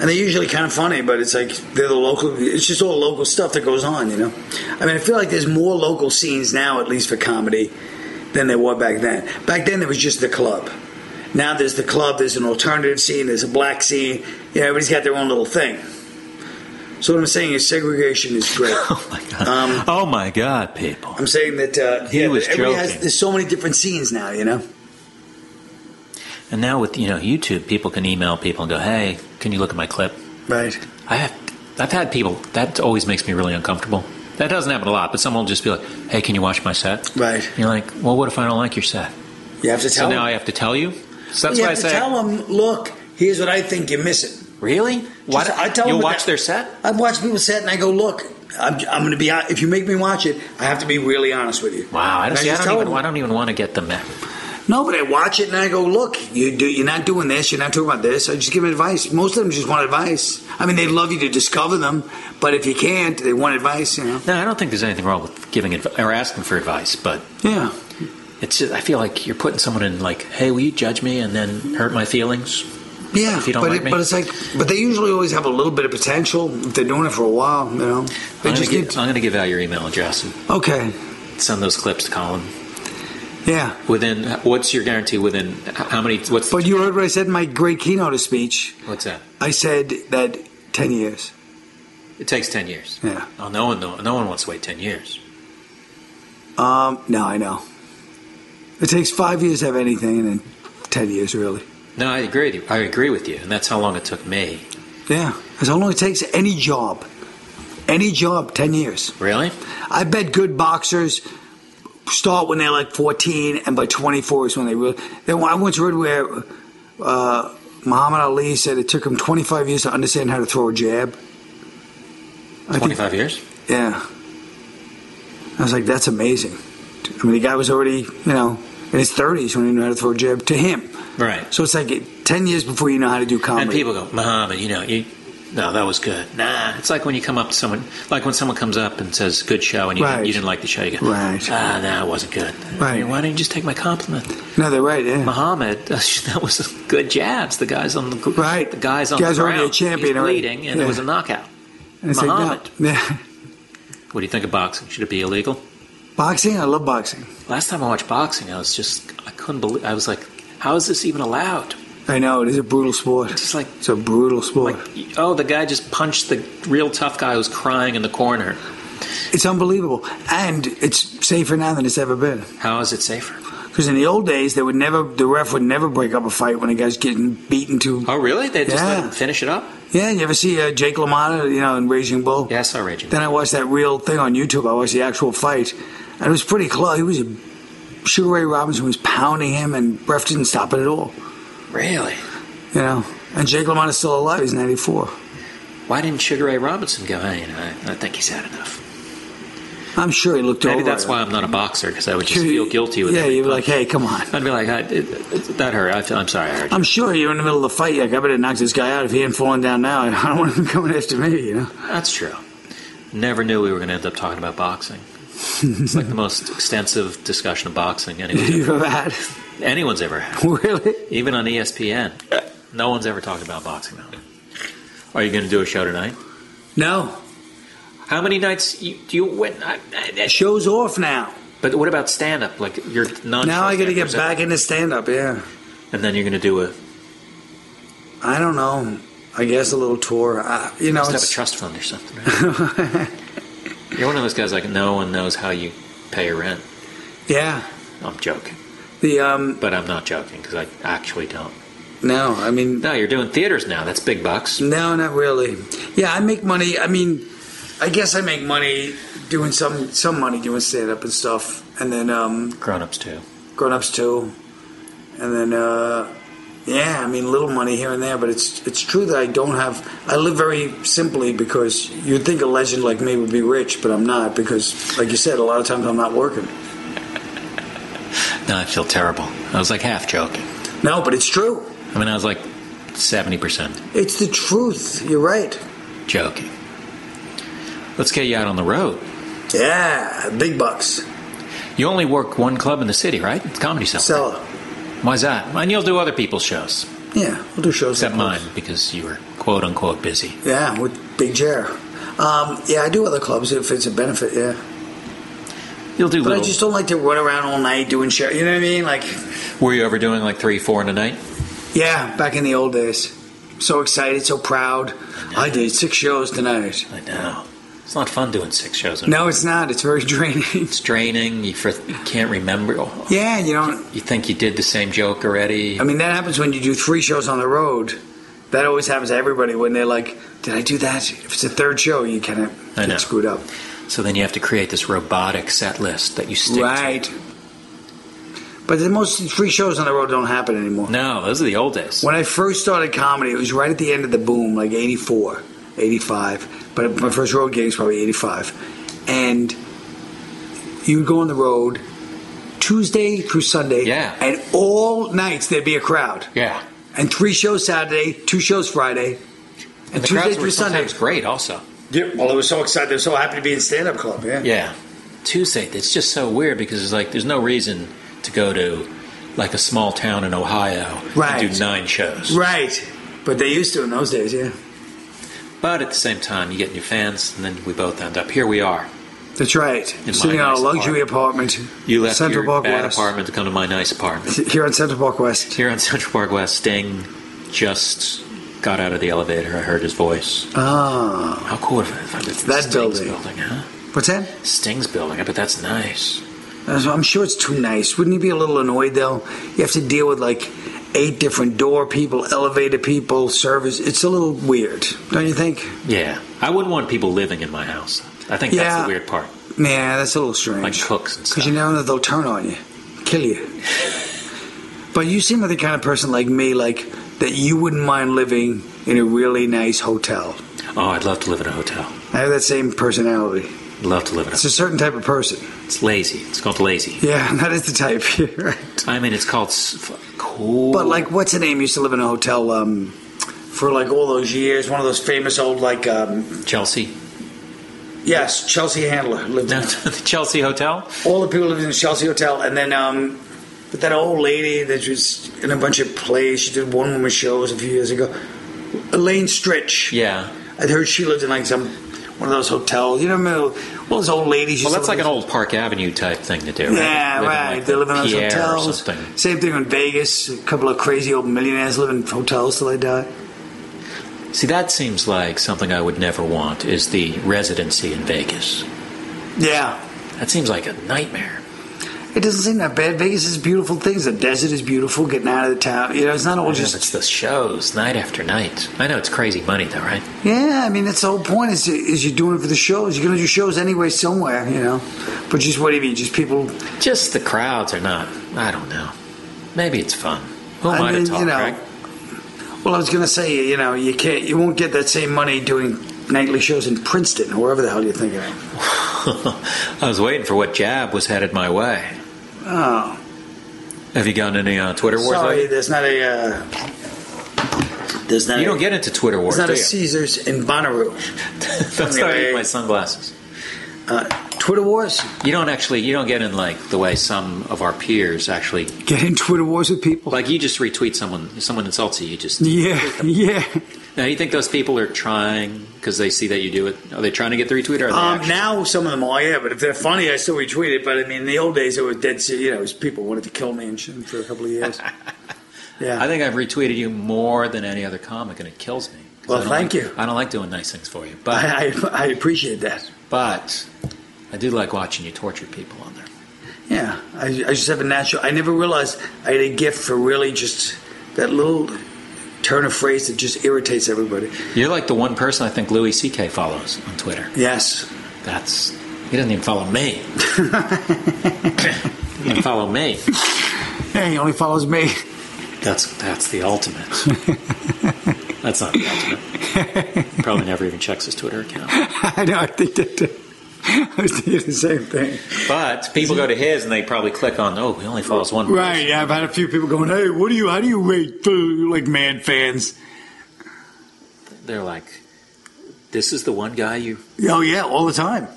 [SPEAKER 3] And they're usually kind of funny, but it's like they're the local. It's just all local stuff that goes on, you know. I mean, I feel like there's more local scenes now, at least for comedy, than there were back then. Back then, there was just the club. Now there's the club. There's an alternative scene. There's a black scene. You know, everybody's got their own little thing. So what I'm saying is segregation is great.
[SPEAKER 2] oh my god,
[SPEAKER 3] Um,
[SPEAKER 2] oh my god, people.
[SPEAKER 3] I'm saying that uh,
[SPEAKER 2] He
[SPEAKER 3] yeah,
[SPEAKER 2] was
[SPEAKER 3] everybody
[SPEAKER 2] joking.
[SPEAKER 3] Has, there's so many different scenes now, you know.
[SPEAKER 2] And now with you know YouTube, people can email people and go, "Hey, can you look at my clip?"
[SPEAKER 3] Right.
[SPEAKER 2] I have, I've had people that always makes me really uncomfortable. That doesn't happen a lot, but someone will just be like, "Hey, can you watch my set?"
[SPEAKER 3] Right.
[SPEAKER 2] You're like, "Well, what if I don't like your set?"
[SPEAKER 3] You have to
[SPEAKER 2] So
[SPEAKER 3] tell.
[SPEAKER 2] now
[SPEAKER 3] them.
[SPEAKER 2] I have to tell you. So that's
[SPEAKER 3] you
[SPEAKER 2] why I
[SPEAKER 3] have to
[SPEAKER 2] say,
[SPEAKER 3] tell them. Look, here's what I think you're missing.
[SPEAKER 2] "Really? Why?
[SPEAKER 3] Just-
[SPEAKER 2] don't-
[SPEAKER 3] I tell
[SPEAKER 2] you
[SPEAKER 3] them
[SPEAKER 2] watch
[SPEAKER 3] that-
[SPEAKER 2] their set?"
[SPEAKER 3] I've watched people set, and I go, "Look, I'm, I'm going to be. hon- If you make me watch it, I have to be really honest with you."
[SPEAKER 2] Wow, I don't,
[SPEAKER 3] And
[SPEAKER 2] see, I
[SPEAKER 3] just
[SPEAKER 2] don't
[SPEAKER 3] tell
[SPEAKER 2] even.
[SPEAKER 3] them-
[SPEAKER 2] I don't even want to get them. There.
[SPEAKER 3] No, but I watch it and I go, "Look, you do. You're not doing this. You're not talking about this." I just give them advice. Most of them just want advice. I mean, they love you to discover them, but if you can't, they want advice. You know?
[SPEAKER 2] No, I don't think there's anything wrong with giving adv- or asking for advice, but
[SPEAKER 3] Yeah.
[SPEAKER 2] it's. Just, I feel like you're putting someone in like, "Hey, will you judge me and then hurt my feelings?"
[SPEAKER 3] Yeah,
[SPEAKER 2] If you don't
[SPEAKER 3] but,
[SPEAKER 2] like
[SPEAKER 3] it,
[SPEAKER 2] me.
[SPEAKER 3] but it's like, but they usually always have a little bit of potential if they're doing it for a while. You know, they
[SPEAKER 2] I'm going
[SPEAKER 3] just need.
[SPEAKER 2] to give out your email address and
[SPEAKER 3] Okay.
[SPEAKER 2] send those clips to Colin.
[SPEAKER 3] Yeah.
[SPEAKER 2] Within what's your guarantee? Within h- how many? What's
[SPEAKER 3] But you heard what I said in my great keynote speech.
[SPEAKER 2] what's that?
[SPEAKER 3] I said that ten years.
[SPEAKER 2] It takes ten years.
[SPEAKER 3] Yeah.
[SPEAKER 2] Oh, no one, no, no one wants to wait ten years.
[SPEAKER 3] Um, no, I know. It takes five years to have anything, and then ten years really.
[SPEAKER 2] No, I agree. With you. I agree with you, and that's how long it took me.
[SPEAKER 3] Yeah, that's how long it takes any job. Any job, ten years.
[SPEAKER 2] Really?
[SPEAKER 3] I bet good boxers start when they're like 14, and by 24 is when they really. Then I once read where uh, Muhammad Ali said it took him 25 years to understand how to throw a jab. I think-
[SPEAKER 2] 25 years?
[SPEAKER 3] yeah. I was like, that's amazing. I mean, the guy was already, you know, in his 30s when he knew how to throw a jab to him.
[SPEAKER 2] Right.
[SPEAKER 3] So it's like it- 10 years before you know how to do comedy.
[SPEAKER 2] And people go, Muhammad, you know, you, no, that was good. Nah, it's like when you come up to someone, like when someone comes up and says, good show, and you,
[SPEAKER 3] Right.
[SPEAKER 2] you didn't like the show, you go,
[SPEAKER 3] Right.
[SPEAKER 2] ah, nah, it wasn't good.
[SPEAKER 3] Right.
[SPEAKER 2] I mean, Why don't you just take my compliment?
[SPEAKER 3] No, they're right, yeah.
[SPEAKER 2] Muhammad, that was a good jabs. The guys on the gr-
[SPEAKER 3] Right.
[SPEAKER 2] the guys on
[SPEAKER 3] Guys
[SPEAKER 2] the
[SPEAKER 3] already
[SPEAKER 2] ground,
[SPEAKER 3] a champion
[SPEAKER 2] he's
[SPEAKER 3] already.
[SPEAKER 2] bleeding, and
[SPEAKER 3] Yeah.
[SPEAKER 2] it was a knockout.
[SPEAKER 3] And it's like, no.
[SPEAKER 2] Muhammad.
[SPEAKER 3] Yeah.
[SPEAKER 2] What do you think of boxing? Should it be illegal?
[SPEAKER 3] Boxing? I love boxing.
[SPEAKER 2] Last time I watched boxing, I was just, I couldn't believe, I was like, how is this even allowed?
[SPEAKER 3] I know, it is a brutal sport.
[SPEAKER 2] It's like,
[SPEAKER 3] It's a brutal sport.
[SPEAKER 2] like, oh, the guy just punched the real tough guy who's crying in the corner.
[SPEAKER 3] it's unbelievable. And it's safer now than it's ever been.
[SPEAKER 2] How is it safer?
[SPEAKER 3] Because in the old days, they would never, the ref would never break up a fight when a guy's getting beaten to.
[SPEAKER 2] Oh, really? They just let
[SPEAKER 3] Yeah.
[SPEAKER 2] him finish it up?
[SPEAKER 3] Yeah, you ever see uh, Jake LaMotta, you know, in Raging Bull?
[SPEAKER 2] Yeah, I saw Raging.
[SPEAKER 3] Then I watched that real thing on YouTube. I watched the actual fight, and it was pretty close. He was Sugar Ray Robinson was pounding him, and Ref didn't stop it at all.
[SPEAKER 2] Really?
[SPEAKER 3] You know, and Jake LaMotta is still alive. He's ninety four.
[SPEAKER 2] Why didn't Sugar Ray Robinson go, hey, you know, I, I think he's had enough?
[SPEAKER 3] I'm sure he looked
[SPEAKER 2] Maybe
[SPEAKER 3] over.
[SPEAKER 2] that's
[SPEAKER 3] it.
[SPEAKER 2] why I'm not a boxer, because I would just
[SPEAKER 3] Sure,
[SPEAKER 2] feel guilty with
[SPEAKER 3] Yeah,
[SPEAKER 2] every
[SPEAKER 3] you're
[SPEAKER 2] punch.
[SPEAKER 3] like, hey, come on.
[SPEAKER 2] I'd be like, I, it, it, that hurt. I feel, I'm sorry, I hurt. you.
[SPEAKER 3] I'm sure you're in the middle of the fight. You're Like, I better knock this guy out. If he ain't falling down now, I don't want him coming after me. You know.
[SPEAKER 2] That's true. Never knew we were going to end up talking about boxing. It's like the most extensive discussion of boxing anyone's,
[SPEAKER 3] You've ever had
[SPEAKER 2] anyone's ever had.
[SPEAKER 3] really?
[SPEAKER 2] Even on E ESPN, no one's ever talked about boxing now. Are you going to do a show tonight?
[SPEAKER 3] No.
[SPEAKER 2] How many nights you, do you win? I, I, I-
[SPEAKER 3] Show's off now.
[SPEAKER 2] But what about stand up? Like you're non.
[SPEAKER 3] Now I got to get back into stand up. Yeah.
[SPEAKER 2] and then you're going to do a
[SPEAKER 3] I don't know. I guess a little tour. I, you know,
[SPEAKER 2] must have a
[SPEAKER 3] it's,
[SPEAKER 2] trust fund or something. right? you're one of those guys like no one knows how you pay your rent.
[SPEAKER 3] yeah.
[SPEAKER 2] I'm joking,
[SPEAKER 3] The um,
[SPEAKER 2] but I'm not joking because I actually don't.
[SPEAKER 3] no, I mean,
[SPEAKER 2] No, you're doing theaters now. That's big bucks.
[SPEAKER 3] no, not really. Yeah, I make money. I mean, I guess I make money doing some some money doing stand up and stuff, and then um,
[SPEAKER 2] Grown ups too.
[SPEAKER 3] grown ups too, and then uh, yeah, I mean, little money here and there. But it's it's true that I don't have. I live very simply because you'd think a legend like me would be rich, but I'm not because, like you said, a lot of times I'm not working.
[SPEAKER 2] No, I feel terrible. I was like half joking.
[SPEAKER 3] No, but it's true.
[SPEAKER 2] I mean, I was like seventy percent
[SPEAKER 3] It's the truth. You're right.
[SPEAKER 2] joking. Let's get you out on the road.
[SPEAKER 3] Yeah, big bucks.
[SPEAKER 2] You only work one club in the city, right? It's Comedy Cellar.
[SPEAKER 3] Sell.
[SPEAKER 2] Why's that? And you'll do other people's shows.
[SPEAKER 3] Yeah, we'll do shows.
[SPEAKER 2] Except
[SPEAKER 3] like
[SPEAKER 2] mine, because you were quote unquote busy.
[SPEAKER 3] this. Yeah, with Big Jer. Um, yeah, I do other clubs if it's a benefit. Yeah,
[SPEAKER 2] You'll do
[SPEAKER 3] but I
[SPEAKER 2] little.
[SPEAKER 3] just don't like to run around all night doing shows. You know what I mean? Like,
[SPEAKER 2] Were you ever doing like three, four in a night?
[SPEAKER 3] yeah, back in the old days. So excited, so proud. I did six shows tonight.
[SPEAKER 2] I know. It's not fun doing six shows. In a
[SPEAKER 3] No, it's not. It's very draining.
[SPEAKER 2] It's draining. You, fr- you can't remember. Oh,
[SPEAKER 3] yeah, you don't.
[SPEAKER 2] You think you did the same joke already.
[SPEAKER 3] I mean, that happens when you do three shows on the road. That always happens to everybody when they're like, "Did I do that?" If it's a third show, you kind of
[SPEAKER 2] I know.
[SPEAKER 3] get screwed up.
[SPEAKER 2] So then you have to create this robotic set list that you stick
[SPEAKER 3] Right. But the most free shows on the road don't happen anymore.
[SPEAKER 2] to. No, those are the old days.
[SPEAKER 3] When I first started comedy, it was right at the end of the boom, like 84, 85. But my first road gig was probably 85. And you would go on the road Tuesday through Sunday.
[SPEAKER 2] Yeah.
[SPEAKER 3] And all nights there'd be a crowd.
[SPEAKER 2] Yeah.
[SPEAKER 3] And three shows Saturday, two shows Friday. And,
[SPEAKER 2] And the
[SPEAKER 3] Tuesday
[SPEAKER 2] crowds
[SPEAKER 3] through
[SPEAKER 2] were
[SPEAKER 3] Sunday.
[SPEAKER 2] sometimes great also.
[SPEAKER 3] Yeah, well, I was so excited. They were so happy to be in stand up club, yeah.
[SPEAKER 2] Yeah. Tuesday, it's just so weird because it's like there's no reason to go to like a small town in Ohio
[SPEAKER 3] Right.
[SPEAKER 2] and do nine shows.
[SPEAKER 3] Right. But they used to in those days, yeah.
[SPEAKER 2] But at the same time, you get new fans, and then we both end up here. We are.
[SPEAKER 3] That's right.
[SPEAKER 2] In
[SPEAKER 3] Sitting
[SPEAKER 2] my
[SPEAKER 3] on a
[SPEAKER 2] nice
[SPEAKER 3] luxury apartment.
[SPEAKER 2] You left
[SPEAKER 3] Central
[SPEAKER 2] your
[SPEAKER 3] Park
[SPEAKER 2] bad
[SPEAKER 3] West.
[SPEAKER 2] apartment to come to my nice apartment
[SPEAKER 3] Here on Central Park West.
[SPEAKER 2] here on Central Park West. Sting just got out of the elevator. I heard his voice.
[SPEAKER 3] Ah,
[SPEAKER 2] How cool if I was
[SPEAKER 3] That
[SPEAKER 2] Sting's
[SPEAKER 3] building.
[SPEAKER 2] huh?
[SPEAKER 3] what's that?
[SPEAKER 2] Sting's building. I bet that's nice.
[SPEAKER 3] Uh, I'm sure it's too nice. Wouldn't you be a little annoyed though? You have to deal with like eight different door people, elevator people, servers. It's a little weird, don't you think?
[SPEAKER 2] Yeah, I wouldn't want people living in my house. I think that's
[SPEAKER 3] Yeah.
[SPEAKER 2] the weird part.
[SPEAKER 3] Yeah, that's a little strange.
[SPEAKER 2] like hooks and
[SPEAKER 3] Because
[SPEAKER 2] stuff.
[SPEAKER 3] you never know they'll turn on you, kill you. but you seem like the kind of person like me, like that you wouldn't mind living in a really nice hotel.
[SPEAKER 2] oh, I'd love to live in a hotel.
[SPEAKER 3] I have that same personality.
[SPEAKER 2] I'd love to live in a
[SPEAKER 3] It's a certain type of person.
[SPEAKER 2] It's lazy. It's called lazy.
[SPEAKER 3] Yeah, that is the type. You're right.
[SPEAKER 2] I mean, it's called s- f- cool.
[SPEAKER 3] But like, what's her name? Used to live in a hotel um, for like all those years. One of those famous old like um,
[SPEAKER 2] Chelsea.
[SPEAKER 3] yes, Chelsea Handler lived
[SPEAKER 2] No,
[SPEAKER 3] in.
[SPEAKER 2] the Chelsea Hotel?
[SPEAKER 3] All the people lived in the Chelsea Hotel, and then um, but that old lady that was in a bunch of plays. She did one woman shows a few years ago. Elaine Stritch.
[SPEAKER 2] Yeah.
[SPEAKER 3] I heard she lived in like some one of those hotels. You know, well, those old ladies.
[SPEAKER 2] Well,
[SPEAKER 3] used to
[SPEAKER 2] that's
[SPEAKER 3] live
[SPEAKER 2] like
[SPEAKER 3] in-
[SPEAKER 2] an old Park Avenue type thing to do, right?
[SPEAKER 3] Yeah,
[SPEAKER 2] Live in,
[SPEAKER 3] right.
[SPEAKER 2] like,
[SPEAKER 3] they
[SPEAKER 2] the
[SPEAKER 3] live in those
[SPEAKER 2] Pierre Or
[SPEAKER 3] hotels.
[SPEAKER 2] something.
[SPEAKER 3] Same thing in Vegas. A couple of crazy old millionaires live in hotels till they die.
[SPEAKER 2] See, that seems like something I would never want is the residency in Vegas.
[SPEAKER 3] Yeah.
[SPEAKER 2] That seems like a nightmare.
[SPEAKER 3] It doesn't seem that bad. Vegas is beautiful things. The desert is beautiful. Getting out of the town, you know, it's not all
[SPEAKER 2] Yeah,
[SPEAKER 3] just.
[SPEAKER 2] it's the shows night after night. I know it's crazy money, though, right?
[SPEAKER 3] Yeah, I mean that's the whole point. Is is you're doing it for the shows? You're gonna do shows anyway somewhere, you know. But just whatever, you just people.
[SPEAKER 2] Just the crowds are not. I don't know. Maybe it's fun. Who am I,
[SPEAKER 3] I mean,
[SPEAKER 2] to talk,
[SPEAKER 3] you know.
[SPEAKER 2] Greg?
[SPEAKER 3] Well, I was gonna say, you know, you can't, you won't get that same money doing nightly shows in Princeton or wherever the hell you're thinking. of.
[SPEAKER 2] I was waiting for what jab was headed my way.
[SPEAKER 3] Oh,
[SPEAKER 2] Have you gotten any uh, Twitter wars?
[SPEAKER 3] sorry,
[SPEAKER 2] lately?
[SPEAKER 3] there's not a. Uh, there's not.
[SPEAKER 2] You
[SPEAKER 3] a,
[SPEAKER 2] don't get into Twitter wars.
[SPEAKER 3] There's not
[SPEAKER 2] do you?
[SPEAKER 3] a Caesars in Bonnaroo.
[SPEAKER 2] That's how I
[SPEAKER 3] Anyway.
[SPEAKER 2] eat my sunglasses.
[SPEAKER 3] Uh, Twitter wars.
[SPEAKER 2] You don't actually. You don't get in like the way some of our peers actually.
[SPEAKER 3] Get in Twitter wars with people.
[SPEAKER 2] Like you just retweet someone. If someone insults you. You just.
[SPEAKER 3] Yeah, yeah.
[SPEAKER 2] Now you think those people are trying because they see that you do it? Are they trying to get the retweet? Or are they
[SPEAKER 3] Um,
[SPEAKER 2] actually-
[SPEAKER 3] now some of them are, yeah, but if they're funny, I still retweet it. But I mean, in the old days, it was dead serious. You know, it was people wanted to kill me and shit for a couple of years. Yeah.
[SPEAKER 2] I think I've retweeted you more than any other comic, and it kills me. 'Cause
[SPEAKER 3] Well,
[SPEAKER 2] I don't
[SPEAKER 3] thank
[SPEAKER 2] like-
[SPEAKER 3] you.
[SPEAKER 2] I don't like doing nice things for you, but
[SPEAKER 3] I, I, I appreciate that.
[SPEAKER 2] but I do like watching you torture people on there.
[SPEAKER 3] Yeah, I, I just have a natural. I never realized I had a gift for really just that little turn of phrase that just irritates everybody.
[SPEAKER 2] You're like the one person I think Louis C.K. follows on Twitter.
[SPEAKER 3] Yes,
[SPEAKER 2] That's he doesn't even follow me. he doesn't follow me.
[SPEAKER 3] hey, he only follows me.
[SPEAKER 2] That's that's the ultimate. That's not the ultimate. Probably never even checks his Twitter account.
[SPEAKER 3] I know. I think that. too. I was thinking the same thing.
[SPEAKER 2] But people go to his and they probably click on, oh, he only follows one.
[SPEAKER 3] Right. Yeah, I've had a few people going, "Hey, what do you? How do you rate food like mad fans?"
[SPEAKER 2] person. They're like, this is the one guy you.
[SPEAKER 3] Oh yeah, all the time.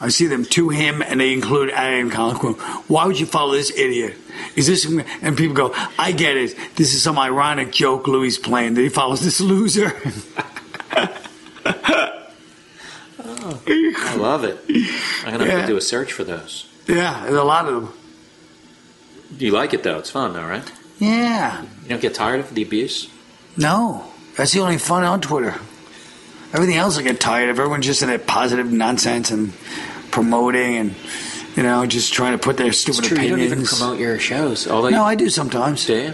[SPEAKER 3] I see them to him, and they include Aaron Colquhoun. Why would you follow this idiot? Is this? And people go, I get it. This is some ironic joke Louis playing that he follows this loser.
[SPEAKER 2] I love it. I'm gonna have
[SPEAKER 3] Yeah.
[SPEAKER 2] to do a search for those.
[SPEAKER 3] yeah, and a lot of them.
[SPEAKER 2] You like it though? It's fun though, right?
[SPEAKER 3] Yeah.
[SPEAKER 2] You don't get tired of the abuse.
[SPEAKER 3] No, that's the only fun on Twitter. Everything else I get tired of. Everyone's just in that positive nonsense and promoting and you know just trying to put their
[SPEAKER 2] It's
[SPEAKER 3] stupid
[SPEAKER 2] true. You
[SPEAKER 3] opinions.
[SPEAKER 2] don't even promote your shows. Although
[SPEAKER 3] no,
[SPEAKER 2] you
[SPEAKER 3] I do sometimes.
[SPEAKER 2] do. you?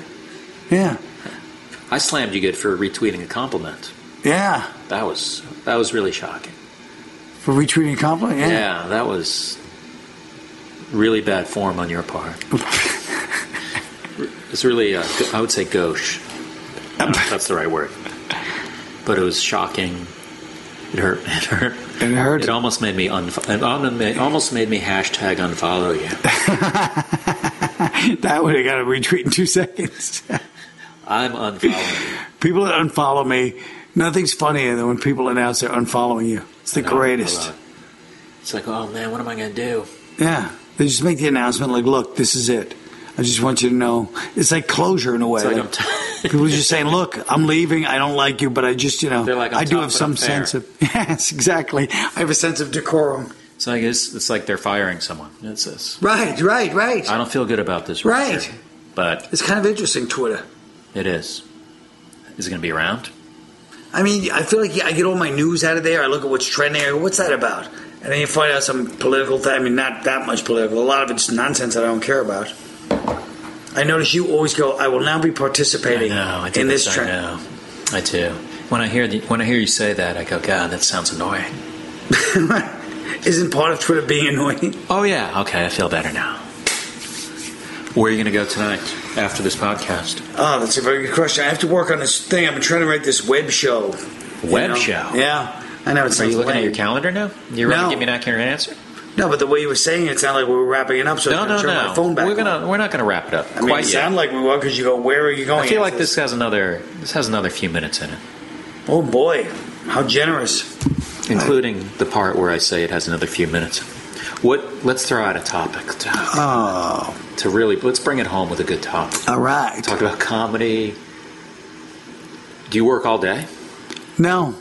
[SPEAKER 3] Yeah,
[SPEAKER 2] I slammed you good for retweeting a compliment.
[SPEAKER 3] yeah.
[SPEAKER 2] That was that was really shocking.
[SPEAKER 3] For retweeting a compliment.
[SPEAKER 2] Yeah, that was really bad form on your part. it's really, uh, g- I would say, gauche. I don't know if that's the right word, but it was shocking. It hurt. It hurt.
[SPEAKER 3] It hurt.
[SPEAKER 2] It almost made me unfo- it almo- It almost made me hashtag unfollow you.
[SPEAKER 3] that would have got a retweet in two seconds.
[SPEAKER 2] I'm unfollowing. you.
[SPEAKER 3] people that unfollow me, nothing's funnier than when people announce they're unfollowing you. It's the
[SPEAKER 2] I know, I
[SPEAKER 3] greatest.
[SPEAKER 2] love it. It's like, oh man, what am I gonna do?
[SPEAKER 3] Yeah. They just make the announcement like, look, this is it. I just want you to know. It's like closure in a way.
[SPEAKER 2] It's like
[SPEAKER 3] Like,
[SPEAKER 2] I'm t-
[SPEAKER 3] people are just saying, look, I'm leaving. I don't like you, but I just, you know,
[SPEAKER 2] They're like, I'm
[SPEAKER 3] I do
[SPEAKER 2] tough,
[SPEAKER 3] have
[SPEAKER 2] but
[SPEAKER 3] some
[SPEAKER 2] I'm fair.
[SPEAKER 3] sense of. Yes, exactly. I have a sense of decorum.
[SPEAKER 2] It's like it's, it's like they're firing someone. It's this.
[SPEAKER 3] Right, right, right.
[SPEAKER 2] I don't feel good about this.
[SPEAKER 3] Right.
[SPEAKER 2] roster, But
[SPEAKER 3] It's kind of interesting, Twitter.
[SPEAKER 2] It is. Is it going to be around?
[SPEAKER 3] I mean, I feel like I get all my news out of there. I look at what's trending. I go, what's that about? And then you find out some political thing. I mean, not that much political. A lot of it's nonsense that I don't care about. I notice you always go, I will now be participating in this
[SPEAKER 2] I
[SPEAKER 3] trend.
[SPEAKER 2] know. I do. When I hear the, when I hear you say that, I go, God, that sounds annoying.
[SPEAKER 3] Isn't part of Twitter being annoying?
[SPEAKER 2] Oh yeah. Okay, I feel better now. Where are you going to go tonight after this podcast?
[SPEAKER 3] Oh, that's a very good question. I have to work on this thing. I've been trying to write this web show. you
[SPEAKER 2] Web
[SPEAKER 3] know?
[SPEAKER 2] show?
[SPEAKER 3] Yeah. I know it's
[SPEAKER 2] Are you
[SPEAKER 3] like
[SPEAKER 2] looking at
[SPEAKER 3] lame.
[SPEAKER 2] your calendar now? You're
[SPEAKER 3] No.
[SPEAKER 2] to give me an accurate answer?
[SPEAKER 3] No, but the way you were saying it, it sounded like we were wrapping it up. So
[SPEAKER 2] No,
[SPEAKER 3] I'm gonna
[SPEAKER 2] no,
[SPEAKER 3] turn
[SPEAKER 2] no.
[SPEAKER 3] my phone back.
[SPEAKER 2] we're
[SPEAKER 3] on.
[SPEAKER 2] gonna we're not gonna wrap it up
[SPEAKER 3] I mean,
[SPEAKER 2] quite
[SPEAKER 3] it
[SPEAKER 2] yet.
[SPEAKER 3] sounded like we were because you go, where are you going?
[SPEAKER 2] I feel like
[SPEAKER 3] after
[SPEAKER 2] this has another this has another few minutes in it,
[SPEAKER 3] Oh boy, how generous!
[SPEAKER 2] including the part where I say it has another few minutes. What? Let's throw out a topic to,
[SPEAKER 3] Oh,
[SPEAKER 2] to really let's bring it home with a good topic.
[SPEAKER 3] all right.
[SPEAKER 2] Talk about comedy. Do you work all day?
[SPEAKER 3] No,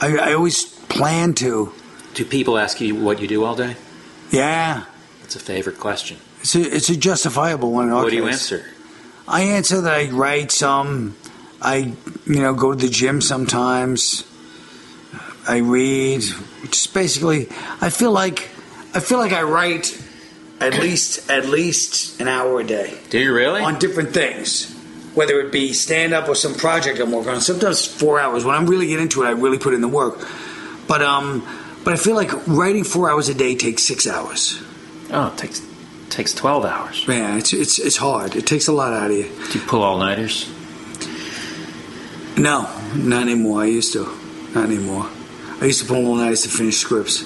[SPEAKER 3] I, I always plan to.
[SPEAKER 2] Do people ask you what you do all day?
[SPEAKER 3] Yeah,
[SPEAKER 2] That's a favorite question.
[SPEAKER 3] it's a, it's a justifiable one. in our
[SPEAKER 2] What do you
[SPEAKER 3] case.
[SPEAKER 2] answer?
[SPEAKER 3] I answer that I write some. I you know go to the gym sometimes. I read. Just basically, I feel like I feel like I write at least at least an hour a day.
[SPEAKER 2] Do you really?
[SPEAKER 3] on different things, whether it be stand up or some project I'm working on. Sometimes four hours. When I'm really get into it, I really put in the work. But um, but I feel like writing four hours a day takes six hours.
[SPEAKER 2] Oh, it takes takes twelve hours.
[SPEAKER 3] Man, it's it's it's hard. It takes a lot out of you.
[SPEAKER 2] Do you pull all nighters?
[SPEAKER 3] No, not anymore. I used to, not anymore. I used to pull all nighters to finish scripts.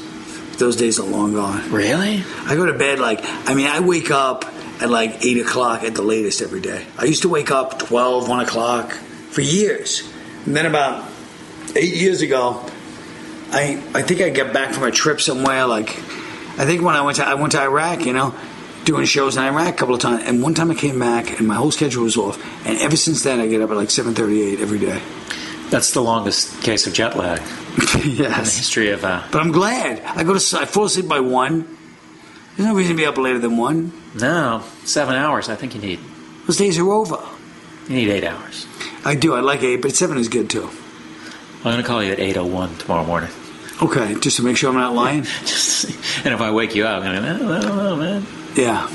[SPEAKER 3] Those days are long gone.
[SPEAKER 2] Really?
[SPEAKER 3] I go to bed like I mean I wake up at like eight o'clock at the latest every day. I used to wake up 12, 1 o'clock for years. And then about eight years ago, I I think I got back from a trip somewhere. Like I think when I went to I went to Iraq, you know, doing shows in Iraq a couple of times. And one time I came back and my whole schedule was off. And ever since then, I get up at like seven thirty eight every day.
[SPEAKER 2] That's the longest case of jet lag in the
[SPEAKER 3] yes.
[SPEAKER 2] history of. Uh,
[SPEAKER 3] But I'm glad. I go to s- I fall asleep by one. There's no reason to be up later than one.
[SPEAKER 2] no, seven hours. I think you need
[SPEAKER 3] Those days are over.
[SPEAKER 2] you need eight hours.
[SPEAKER 3] I do. I like eight, but seven is good too.
[SPEAKER 2] I'm gonna call you at eight oh one tomorrow morning.
[SPEAKER 3] Okay, just to make sure I'm not lying.
[SPEAKER 2] Just and if I wake you up, I'm gonna. be, I don't know, man.
[SPEAKER 3] Yeah,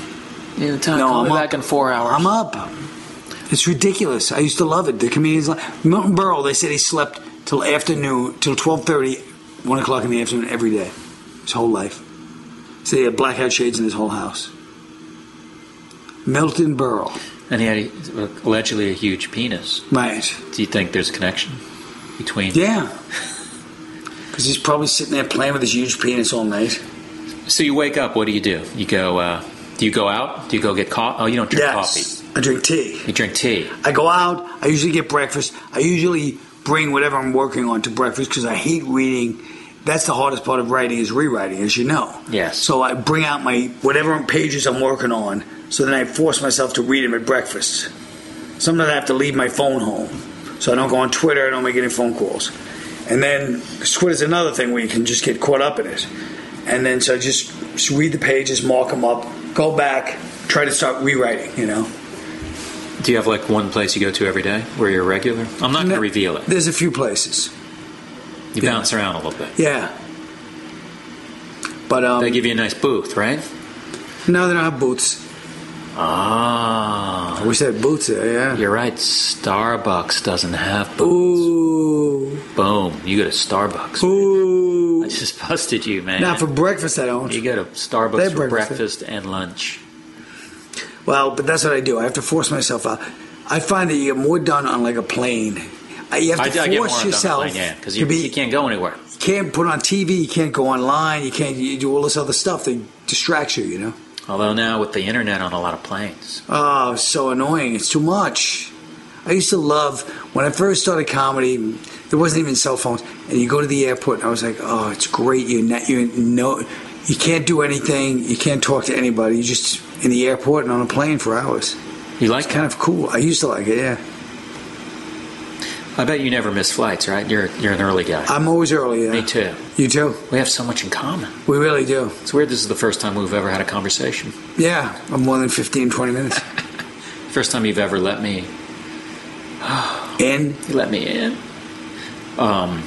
[SPEAKER 2] You know, Tom,
[SPEAKER 3] No,
[SPEAKER 2] call
[SPEAKER 3] I'm
[SPEAKER 2] me
[SPEAKER 3] up.
[SPEAKER 2] back in four hours.
[SPEAKER 3] I'm up. It's ridiculous. I used to love it. The comedians, li- Milton Berle, they said he slept till afternoon, till 12:30, one o'clock in the afternoon every day, his whole life. So he had blackout shades in his whole house. Milton Berle,
[SPEAKER 2] And he had a, allegedly a huge penis.
[SPEAKER 3] right?
[SPEAKER 2] Do you think there's a connection between
[SPEAKER 3] Yeah, because he's probably sitting there playing with his huge penis all night.
[SPEAKER 2] So you wake up. What do you do? You go. Uh, do you go out? Do you go get coffee? Oh, you don't drink
[SPEAKER 3] Yes, I drink tea.
[SPEAKER 2] coffee. You drink tea.
[SPEAKER 3] I go out. I usually get breakfast. I usually bring whatever I'm working on to breakfast because I hate reading. That's the hardest part of writing is rewriting, as you know.
[SPEAKER 2] Yes.
[SPEAKER 3] So I bring out my whatever pages I'm working on. So then I force myself to read them at breakfast. Sometimes I have to leave my phone home, so I don't go on Twitter. I don't make any phone calls. And then 'cause Twitter's another thing where you can just get caught up in it. And then so I just, just read the pages, mark them up, go back, try to start rewriting. You know.
[SPEAKER 2] Do you have like one place you go to every day where you're regular? I'm not going to
[SPEAKER 3] No,
[SPEAKER 2] reveal it.
[SPEAKER 3] There's a few places.
[SPEAKER 2] You
[SPEAKER 3] yeah.
[SPEAKER 2] bounce around a little bit.
[SPEAKER 3] Yeah. But um,
[SPEAKER 2] They give you a nice booth, right?
[SPEAKER 3] no, they don't have boots.
[SPEAKER 2] Ah,
[SPEAKER 3] I wish they had boots there. Yeah.
[SPEAKER 2] you're right. Starbucks doesn't have booths.
[SPEAKER 3] Ooh,
[SPEAKER 2] Boom! You go to Starbucks.
[SPEAKER 3] ooh.
[SPEAKER 2] I just busted you, man.
[SPEAKER 3] Not for breakfast, I don't.
[SPEAKER 2] you go to Starbucks
[SPEAKER 3] They have
[SPEAKER 2] for
[SPEAKER 3] breakfast.
[SPEAKER 2] breakfast and lunch.
[SPEAKER 3] Well, but that's what I do. I have to force myself out. I find that you get more done on like a plane. I- You
[SPEAKER 2] I, I
[SPEAKER 3] have to
[SPEAKER 2] get more
[SPEAKER 3] force
[SPEAKER 2] done
[SPEAKER 3] yourself
[SPEAKER 2] online, yeah, because
[SPEAKER 3] to
[SPEAKER 2] you,
[SPEAKER 3] be.
[SPEAKER 2] you can't go anywhere.
[SPEAKER 3] can't put on TV. You can't go online. You can't you do all this other stuff that distracts you. You know.
[SPEAKER 2] Although now with the internet on a lot of planes,
[SPEAKER 3] Oh, it's so annoying. It's too much. I used to love when I first started comedy. There wasn't even cell phones, and you go to the airport. And I was like, oh, it's great. You net you no, you can't do anything. You can't talk to anybody. You're just in the airport and on a plane for hours.
[SPEAKER 2] you like
[SPEAKER 3] Kind of cool. I used to like it. Yeah,
[SPEAKER 2] I bet you never miss flights, right? You're you're an early guy.
[SPEAKER 3] I'm always early. Yeah.
[SPEAKER 2] Me too.
[SPEAKER 3] You too.
[SPEAKER 2] We have so much in common.
[SPEAKER 3] We really do.
[SPEAKER 2] It's weird. This is the first time we've ever had a conversation.
[SPEAKER 3] Yeah, I'm more than 15, 20 minutes
[SPEAKER 2] First time you've ever let me
[SPEAKER 3] in.
[SPEAKER 2] you let me in. Um,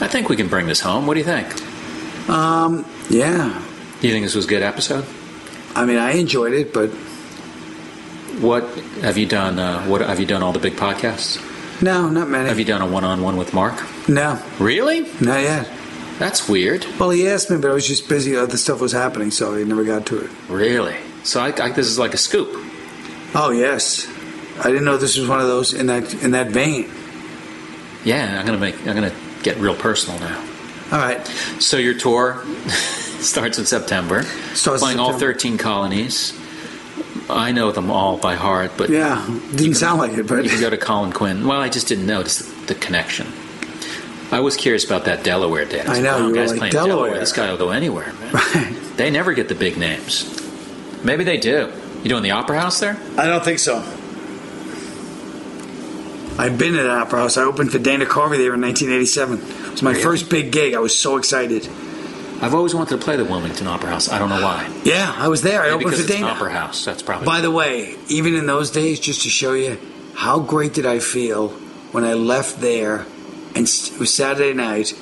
[SPEAKER 2] I think we can bring this home. What do you think?
[SPEAKER 3] Um, yeah.
[SPEAKER 2] Do you think this was a good episode?
[SPEAKER 3] I mean, I enjoyed it, but
[SPEAKER 2] What have you done? Uh, what have you done? All the big podcasts?
[SPEAKER 3] no, not many.
[SPEAKER 2] Have you done a one-on-one with Mark?
[SPEAKER 3] no,
[SPEAKER 2] Really?
[SPEAKER 3] not yet.
[SPEAKER 2] That's weird.
[SPEAKER 3] Well, he asked me, but I was just busy. Other stuff was happening, so I never got to it.
[SPEAKER 2] Really? So I, I, this is like a scoop.
[SPEAKER 3] Oh yes, I didn't know this was one of those in that in that vein.
[SPEAKER 2] Yeah, I'm gonna make. I'm gonna get real personal now.
[SPEAKER 3] All right,
[SPEAKER 2] So your tour starts in September.
[SPEAKER 3] Starts
[SPEAKER 2] playing all
[SPEAKER 3] September.
[SPEAKER 2] 13 colonies. I know them all by heart, but
[SPEAKER 3] yeah, didn't sound like it, but
[SPEAKER 2] you can go to Colin Quinn. Well, I just didn't notice the, the connection. I was curious about that Delaware dance.
[SPEAKER 3] I know,
[SPEAKER 2] Wow,
[SPEAKER 3] you were
[SPEAKER 2] guys
[SPEAKER 3] like,
[SPEAKER 2] playing
[SPEAKER 3] Delaware.
[SPEAKER 2] This guy will go anywhere. Man. they never get the big names. Maybe they do. You doing the Opera House there?
[SPEAKER 3] I don't think so. I've been at Opera House. I opened for Dana Carvey there in 1987. It was my
[SPEAKER 2] Really?
[SPEAKER 3] first big gig. I was so excited.
[SPEAKER 2] I've always wanted to play the Wilmington Opera House. I don't know why.
[SPEAKER 3] Yeah, I was there. I
[SPEAKER 2] Maybe
[SPEAKER 3] opened
[SPEAKER 2] because
[SPEAKER 3] for
[SPEAKER 2] it's an
[SPEAKER 3] Dana.
[SPEAKER 2] Opera House. That's probably.
[SPEAKER 3] By the way, even in those days, just to show you how great did I feel when I left there, and s- it was Saturday night.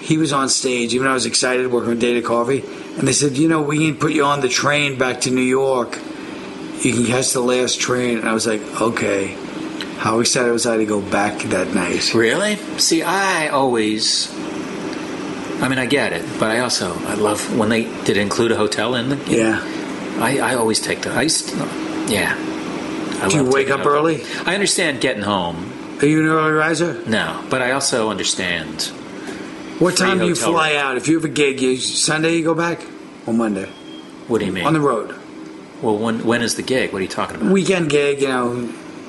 [SPEAKER 3] He was on stage, even though I was excited working with Dana Carvey, and they said, "You know, we can put you on the train back to New York. You can catch the last train." And I was like, "Okay." How excited was I to go back that night?
[SPEAKER 2] Really? See, I always. I mean, I get it, but I also I love when they did include a hotel in. The,
[SPEAKER 3] Yeah.
[SPEAKER 2] I, I always take the. I used to, yeah. I
[SPEAKER 3] Do you
[SPEAKER 2] love
[SPEAKER 3] wake
[SPEAKER 2] taking
[SPEAKER 3] up
[SPEAKER 2] a-
[SPEAKER 3] early?
[SPEAKER 2] I understand getting home
[SPEAKER 3] Are you an early riser?
[SPEAKER 2] now, but I also understand.
[SPEAKER 3] What
[SPEAKER 2] Free
[SPEAKER 3] time do you
[SPEAKER 2] hotel
[SPEAKER 3] fly
[SPEAKER 2] room.
[SPEAKER 3] out? If you have a gig, you, Sunday you go back or Monday
[SPEAKER 2] What do you mean?
[SPEAKER 3] on the road.
[SPEAKER 2] well, when when is the gig? What are you talking about?
[SPEAKER 3] weekend gig, you know,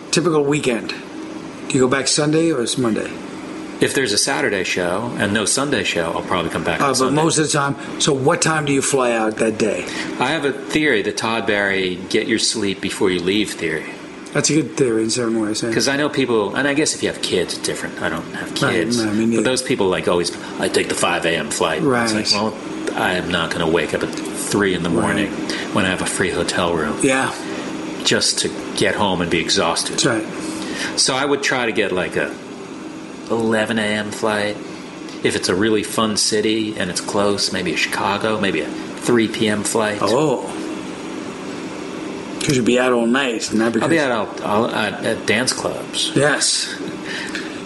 [SPEAKER 3] typical weekend. Do you go back Sunday or it's Monday?
[SPEAKER 2] if there's a Saturday show and no Sunday show, I'll probably come back. on
[SPEAKER 3] Uh, but
[SPEAKER 2] Sunday.
[SPEAKER 3] most of the time. So what time do you fly out that day?
[SPEAKER 2] I have a theory: the Todd Barry "get your sleep before you leave" theory.
[SPEAKER 3] That's a good theory in certain ways. eh?
[SPEAKER 2] Because I know people, and I guess if you have kids, it's different. I don't have
[SPEAKER 3] Right,
[SPEAKER 2] kids,
[SPEAKER 3] no, I mean,
[SPEAKER 2] but
[SPEAKER 3] yeah.
[SPEAKER 2] those people like always. I take the five a.m. flight. It's like,
[SPEAKER 3] Right.
[SPEAKER 2] well, I am not going to wake up at three in the morning when I have a free hotel room
[SPEAKER 3] Yeah,
[SPEAKER 2] just to get home and be exhausted.
[SPEAKER 3] that's right.
[SPEAKER 2] So I would try to get like a eleven a.m. flight if it's a really fun city and it's close. Maybe a Chicago, maybe a three p.m. flight.
[SPEAKER 3] Oh, because you'd be out all night, not because.
[SPEAKER 2] I'll be out I'll, I'll, at, at dance clubs.
[SPEAKER 3] Yes,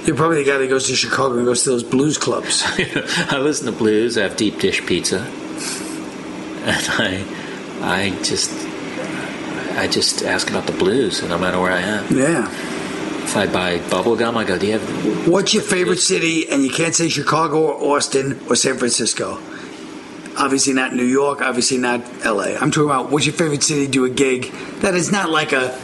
[SPEAKER 3] you're probably the guy that goes to Chicago and goes to those blues clubs.
[SPEAKER 2] I listen to blues. I have deep dish pizza, and I, I just, I just ask about the blues, no matter where I am.
[SPEAKER 3] Yeah.
[SPEAKER 2] If I buy bubble gum, I go, "Do you have?"
[SPEAKER 3] What's your favorite city? And you can't say Chicago or Austin or San Francisco. Obviously not New York. Obviously not L.A. I'm talking about what's your favorite city? to Do a gig that is not like a,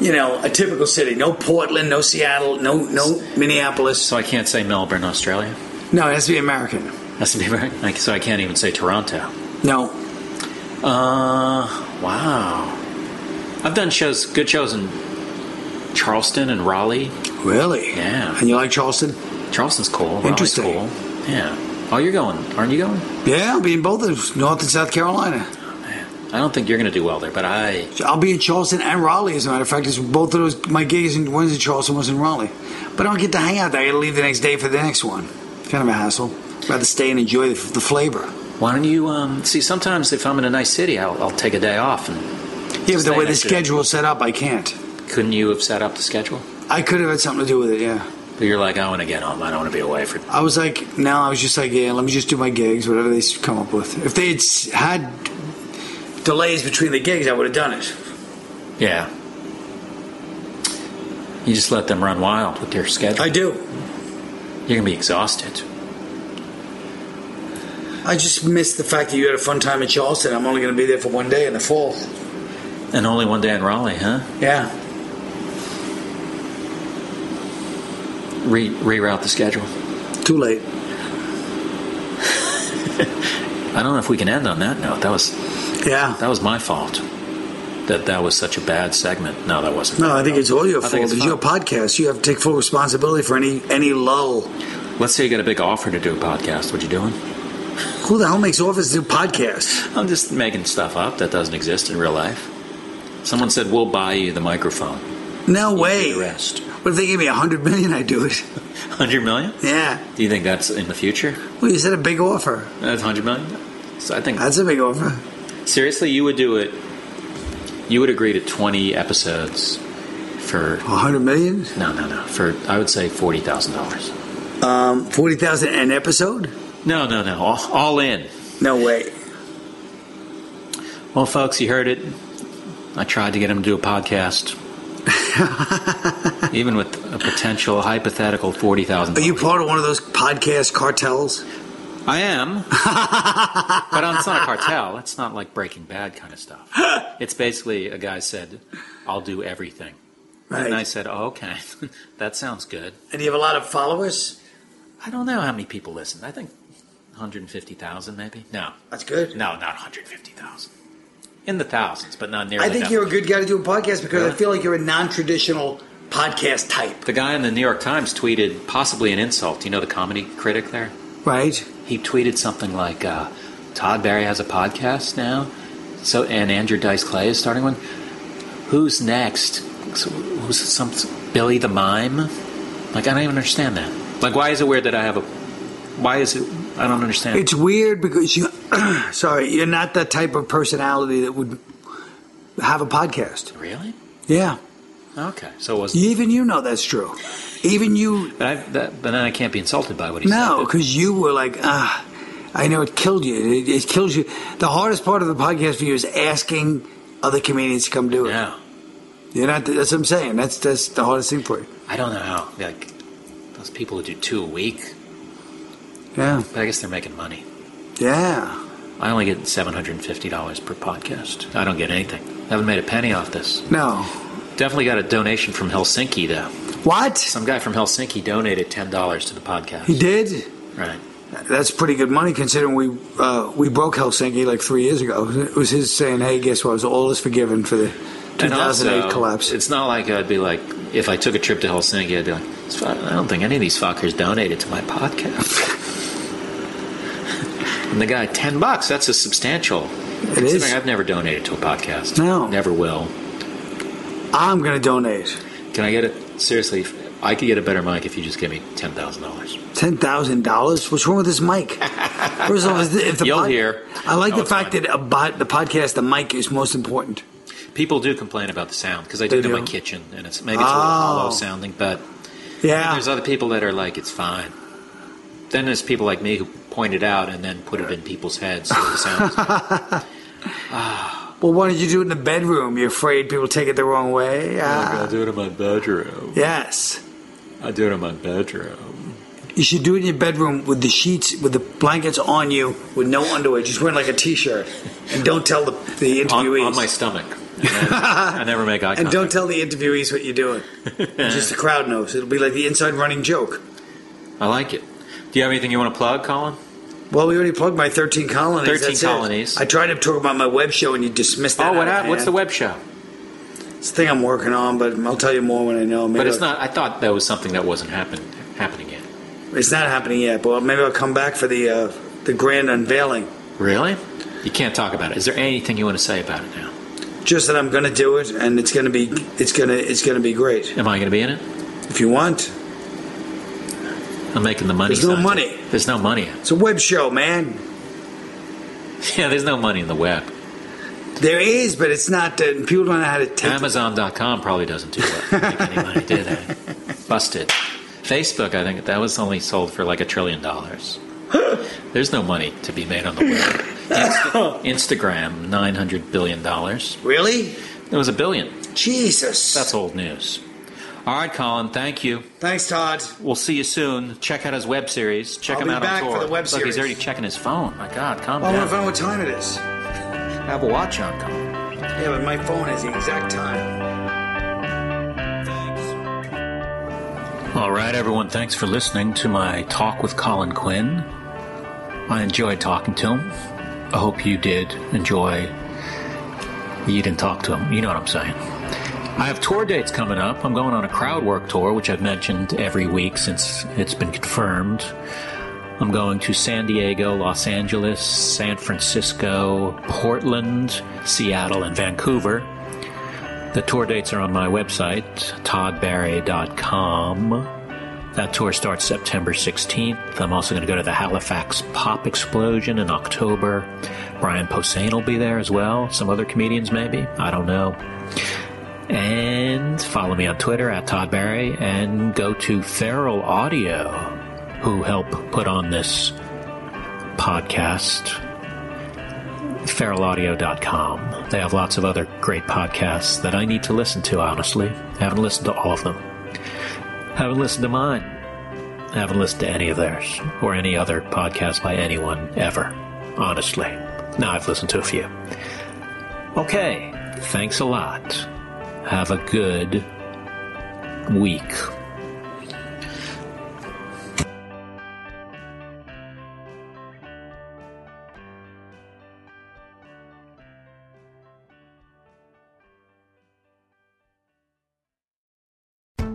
[SPEAKER 3] you know, a typical city. No Portland, no Seattle, no no Minneapolis.
[SPEAKER 2] So I can't say Melbourne, Australia.
[SPEAKER 3] No, it has to be American.
[SPEAKER 2] That's to be right. Like, so I can't even say Toronto.
[SPEAKER 3] No,
[SPEAKER 2] Uh, wow. I've done shows, good shows in Charleston and Raleigh.
[SPEAKER 3] really.
[SPEAKER 2] Yeah.
[SPEAKER 3] And you like Charleston?
[SPEAKER 2] Charleston's cool. Raleigh's
[SPEAKER 3] Interesting.
[SPEAKER 2] cool. Yeah. Oh, you're going? Aren't you going?
[SPEAKER 3] Yeah, I'll be in both of North and South Carolina.
[SPEAKER 2] I don't think you're going to do well there, but I.
[SPEAKER 3] I'll be in Charleston and Raleigh, as a matter of fact. It's both of those my gigs in one's in Charleston, one's in Raleigh. But I don't get to hang out there. I gotta leave the next day for the next one. Kind of a hassle. rather stay and enjoy the, the flavor.
[SPEAKER 2] Why don't you um, see? Sometimes if I'm in a nice city, I'll, I'll take a day off. And
[SPEAKER 3] Yeah, but the way the
[SPEAKER 2] Stay
[SPEAKER 3] schedule is set up, I can't.
[SPEAKER 2] couldn't you have set up the schedule?
[SPEAKER 3] I could have had something to do with it, yeah.
[SPEAKER 2] But you're like, I want to get home. I don't want to be away for.
[SPEAKER 3] I was like, no, I was just like, yeah, let me just do my gigs, whatever they s- come up with. If they had s- had delays between the gigs, I would have done it.
[SPEAKER 2] Yeah. You just let them run wild with their schedule.
[SPEAKER 3] I do.
[SPEAKER 2] you're gonna be exhausted.
[SPEAKER 3] I just missed the fact that you had a fun time in Charleston. I'm only gonna be there for one day in the fall.
[SPEAKER 2] And only one day in Raleigh, huh?
[SPEAKER 3] Yeah.
[SPEAKER 2] Re- reroute the schedule.
[SPEAKER 3] Too late.
[SPEAKER 2] I don't know if we can end on that note. That was
[SPEAKER 3] Yeah.
[SPEAKER 2] that was my fault. That that was such a bad segment. No, that wasn't.
[SPEAKER 3] No, I think it's all your
[SPEAKER 2] I
[SPEAKER 3] fault.
[SPEAKER 2] think
[SPEAKER 3] It's,
[SPEAKER 2] it's
[SPEAKER 3] your podcast. You have to take full responsibility for any any lull.
[SPEAKER 2] Let's say you got a big offer to do a podcast. What you doing?
[SPEAKER 3] Who the hell makes office do podcasts?
[SPEAKER 2] I'm just making stuff up that doesn't exist in real life. Someone said, We'll buy you the microphone.
[SPEAKER 3] No
[SPEAKER 2] The
[SPEAKER 3] way.
[SPEAKER 2] rest.
[SPEAKER 3] What if they gave me a hundred million? I do it.
[SPEAKER 2] 100 million?
[SPEAKER 3] Yeah.
[SPEAKER 2] Do you think that's in the future?
[SPEAKER 3] Well, you said a big offer.
[SPEAKER 2] That's 100 million? So I think,
[SPEAKER 3] That's a big offer.
[SPEAKER 2] seriously, you would do it. You would agree to 20 episodes for,
[SPEAKER 3] A hundred million?
[SPEAKER 2] no, no, no, for, I would say $40,000.
[SPEAKER 3] Um, forty thousand an episode?
[SPEAKER 2] No, no, no. All, all in.
[SPEAKER 3] No way.
[SPEAKER 2] Well, folks, you heard it. I tried to get him to do a podcast, even with a potential hypothetical forty thousand.
[SPEAKER 3] Are you part of one of those podcast cartels?
[SPEAKER 2] I am, but it's not a cartel. It's not like Breaking Bad kind of stuff. It's basically a guy said, "I'll do everything," and I said, oh, "Okay, that sounds good."
[SPEAKER 3] And you have a lot of followers.
[SPEAKER 2] I don't know how many people listened. I think one hundred fifty thousand, maybe. No,
[SPEAKER 3] That's good.
[SPEAKER 2] no, not one hundred fifty thousand. In the thousands, but not nearly.
[SPEAKER 3] I think
[SPEAKER 2] that
[SPEAKER 3] you're
[SPEAKER 2] much.
[SPEAKER 3] a good guy to do a podcast because I
[SPEAKER 2] Really?
[SPEAKER 3] feel like you're a non-traditional podcast type.
[SPEAKER 2] The guy in the New York Times tweeted possibly an insult. You know the comedy critic there?
[SPEAKER 3] Right.
[SPEAKER 2] He tweeted something like, uh, Todd Barry has a podcast now, so and Andrew Dice Clay is starting one. Who's next? So, who's some Billy the Mime? Like, I don't even understand that. Like, why is it weird that I have a. Why is it. I don't understand.
[SPEAKER 3] It's weird because you, sorry, you're not that type of personality that would have a podcast.
[SPEAKER 2] really?
[SPEAKER 3] Yeah,
[SPEAKER 2] Okay. So it was.
[SPEAKER 3] even you know that's true. Even you,
[SPEAKER 2] But, I, that, but then I can't be insulted by what he said.
[SPEAKER 3] no, because you were like, ah, I know it killed you. It, it kills you. The hardest part of the podcast for you is asking other comedians to come do it.
[SPEAKER 2] Yeah.
[SPEAKER 3] You're not. That's what I'm saying. That's that's the hardest thing for you.
[SPEAKER 2] I don't know how. Like, those people who do two a week,
[SPEAKER 3] Yeah,
[SPEAKER 2] but I guess they're making money.
[SPEAKER 3] yeah.
[SPEAKER 2] I only get seven hundred and fifty dollars per podcast. I don't get anything. I haven't made a penny off this.
[SPEAKER 3] No,
[SPEAKER 2] Definitely got a donation from Helsinki though.
[SPEAKER 3] what
[SPEAKER 2] Some guy from Helsinki donated ten dollars to the podcast.
[SPEAKER 3] he did?
[SPEAKER 2] Right.
[SPEAKER 3] That's pretty good money considering we uh, we broke Helsinki like three years ago. It was his saying, "Hey, guess what? All is forgiven for the
[SPEAKER 2] And
[SPEAKER 3] 2008
[SPEAKER 2] also,
[SPEAKER 3] collapse."
[SPEAKER 2] uh, It's not like I'd be like if I took a trip to Helsinki, I'd be like, "This fu- I don't think any of these fuckers donated to my podcast. and the guy, ten bucks. That's a substantial.
[SPEAKER 3] It is.
[SPEAKER 2] Considering I've never donated to a podcast.
[SPEAKER 3] No.
[SPEAKER 2] Never will.
[SPEAKER 3] I'm going to donate
[SPEAKER 2] Can I get a seriously? I could get a better mic if you just give me ten thousand dollars.
[SPEAKER 3] ten thousand dollars. What's wrong with this mic? First of all, if the- if the
[SPEAKER 2] You'll hear.
[SPEAKER 3] I like
[SPEAKER 2] No,
[SPEAKER 3] the
[SPEAKER 2] it's
[SPEAKER 3] fact
[SPEAKER 2] fine.
[SPEAKER 3] that about the podcast, the mic is most important.
[SPEAKER 2] People do complain about the sound because I do
[SPEAKER 3] They
[SPEAKER 2] it in
[SPEAKER 3] do?
[SPEAKER 2] my kitchen, and it's maybe it's a
[SPEAKER 3] Oh.
[SPEAKER 2] little hollow sounding, but
[SPEAKER 3] Yeah,
[SPEAKER 2] there's other people that are like, it's fine. Then there's people like me who point it out and then put it in people's heads. So it sounds
[SPEAKER 3] Well, why don't you do it in the bedroom? You're afraid people take it the wrong way. Ah,
[SPEAKER 2] I do it in my bedroom.
[SPEAKER 3] yes,
[SPEAKER 2] I do it in my bedroom.
[SPEAKER 3] you should do it in your bedroom with the sheets, with the blankets on you, with no underwear, just wearing like a t-shirt, and don't tell the the
[SPEAKER 2] On,
[SPEAKER 3] interviewees.
[SPEAKER 2] on my stomach. And I, I never make eye
[SPEAKER 3] and
[SPEAKER 2] contact.
[SPEAKER 3] don't tell the interviewees what you're doing. just the crowd knows. It'll be like the inside running joke.
[SPEAKER 2] I like it. Do you have anything you want to plug, Colin?
[SPEAKER 3] Well, we already plugged my 13 colonies.
[SPEAKER 2] 13
[SPEAKER 3] That's it.
[SPEAKER 2] colonies.
[SPEAKER 3] I tried to talk about my web show and you dismissed that.
[SPEAKER 2] oh, what?
[SPEAKER 3] out of
[SPEAKER 2] hap- What's the
[SPEAKER 3] hand.
[SPEAKER 2] web show?
[SPEAKER 3] It's the thing I'm working on, but I'll tell you more when I know. Maybe
[SPEAKER 2] But it's
[SPEAKER 3] I'll-
[SPEAKER 2] not. I thought that was something that wasn't happen, happening yet.
[SPEAKER 3] It's not happening yet. But maybe I'll come back for the uh, the grand unveiling.
[SPEAKER 2] Really? You can't talk about it. Is there anything you want to say about it now?
[SPEAKER 3] Just that I'm going to do it, and it's going to be it's going to it's going to be great.
[SPEAKER 2] Am I going to be in it?
[SPEAKER 3] If you want,
[SPEAKER 2] I'm making the money.
[SPEAKER 3] There's no
[SPEAKER 2] signs.
[SPEAKER 3] money.
[SPEAKER 2] There's no money.
[SPEAKER 3] it's a web show, man.
[SPEAKER 2] Yeah, there's no money in the web.
[SPEAKER 3] There is, but it's not. Uh, people don't know how to take. it.
[SPEAKER 2] Amazon.com probably doesn't do well. Make any money, do they? Busted. Facebook, I think that was only sold for like a trillion dollars. There's no money to be made on the web. Insta- Instagram, nine hundred billion dollars.
[SPEAKER 3] Really?
[SPEAKER 2] It was a billion.
[SPEAKER 3] Jesus.
[SPEAKER 2] That's old news. All right, Colin. Thank you.
[SPEAKER 3] Thanks, Todd.
[SPEAKER 2] We'll see you soon. Check out his web series. Check
[SPEAKER 3] I'll
[SPEAKER 2] him
[SPEAKER 3] be
[SPEAKER 2] out
[SPEAKER 3] back
[SPEAKER 2] on
[SPEAKER 3] for
[SPEAKER 2] tour.
[SPEAKER 3] the web
[SPEAKER 2] Look,
[SPEAKER 3] series.
[SPEAKER 2] he's already checking his phone. My God, calm
[SPEAKER 3] I want
[SPEAKER 2] down.
[SPEAKER 3] to find what time it is.
[SPEAKER 2] Have a watch on, Colin.
[SPEAKER 3] Yeah, but my phone has the exact time.
[SPEAKER 2] All right, everyone, thanks for listening to my talk with Colin Quinn. I enjoyed talking to him. I hope you did enjoy. You didn't talk to him. You know what I'm saying. I have tour dates coming up. I'm going on a crowd work tour, which I've mentioned every week since it's been confirmed. I'm going to San Diego, Los Angeles, San Francisco, Portland, Seattle, and Vancouver. The tour dates are on my website, toddbarry.com. That tour starts September 16th. I'm also going to go to the Halifax Pop Explosion in October. Brian Posehn will be there as well. Some other comedians, maybe. I don't know. And follow me on Twitter at Todd Barry and go to Feral Audio, who help put on this podcast, feralaudio.com. They have lots of other great podcasts that I need to listen to, honestly. I haven't listened to all of them. Haven't listened to mine. I haven't listened to any of theirs or any other podcast by anyone ever, honestly. Now I've listened to a few. Okay, thanks a lot. Have a good week.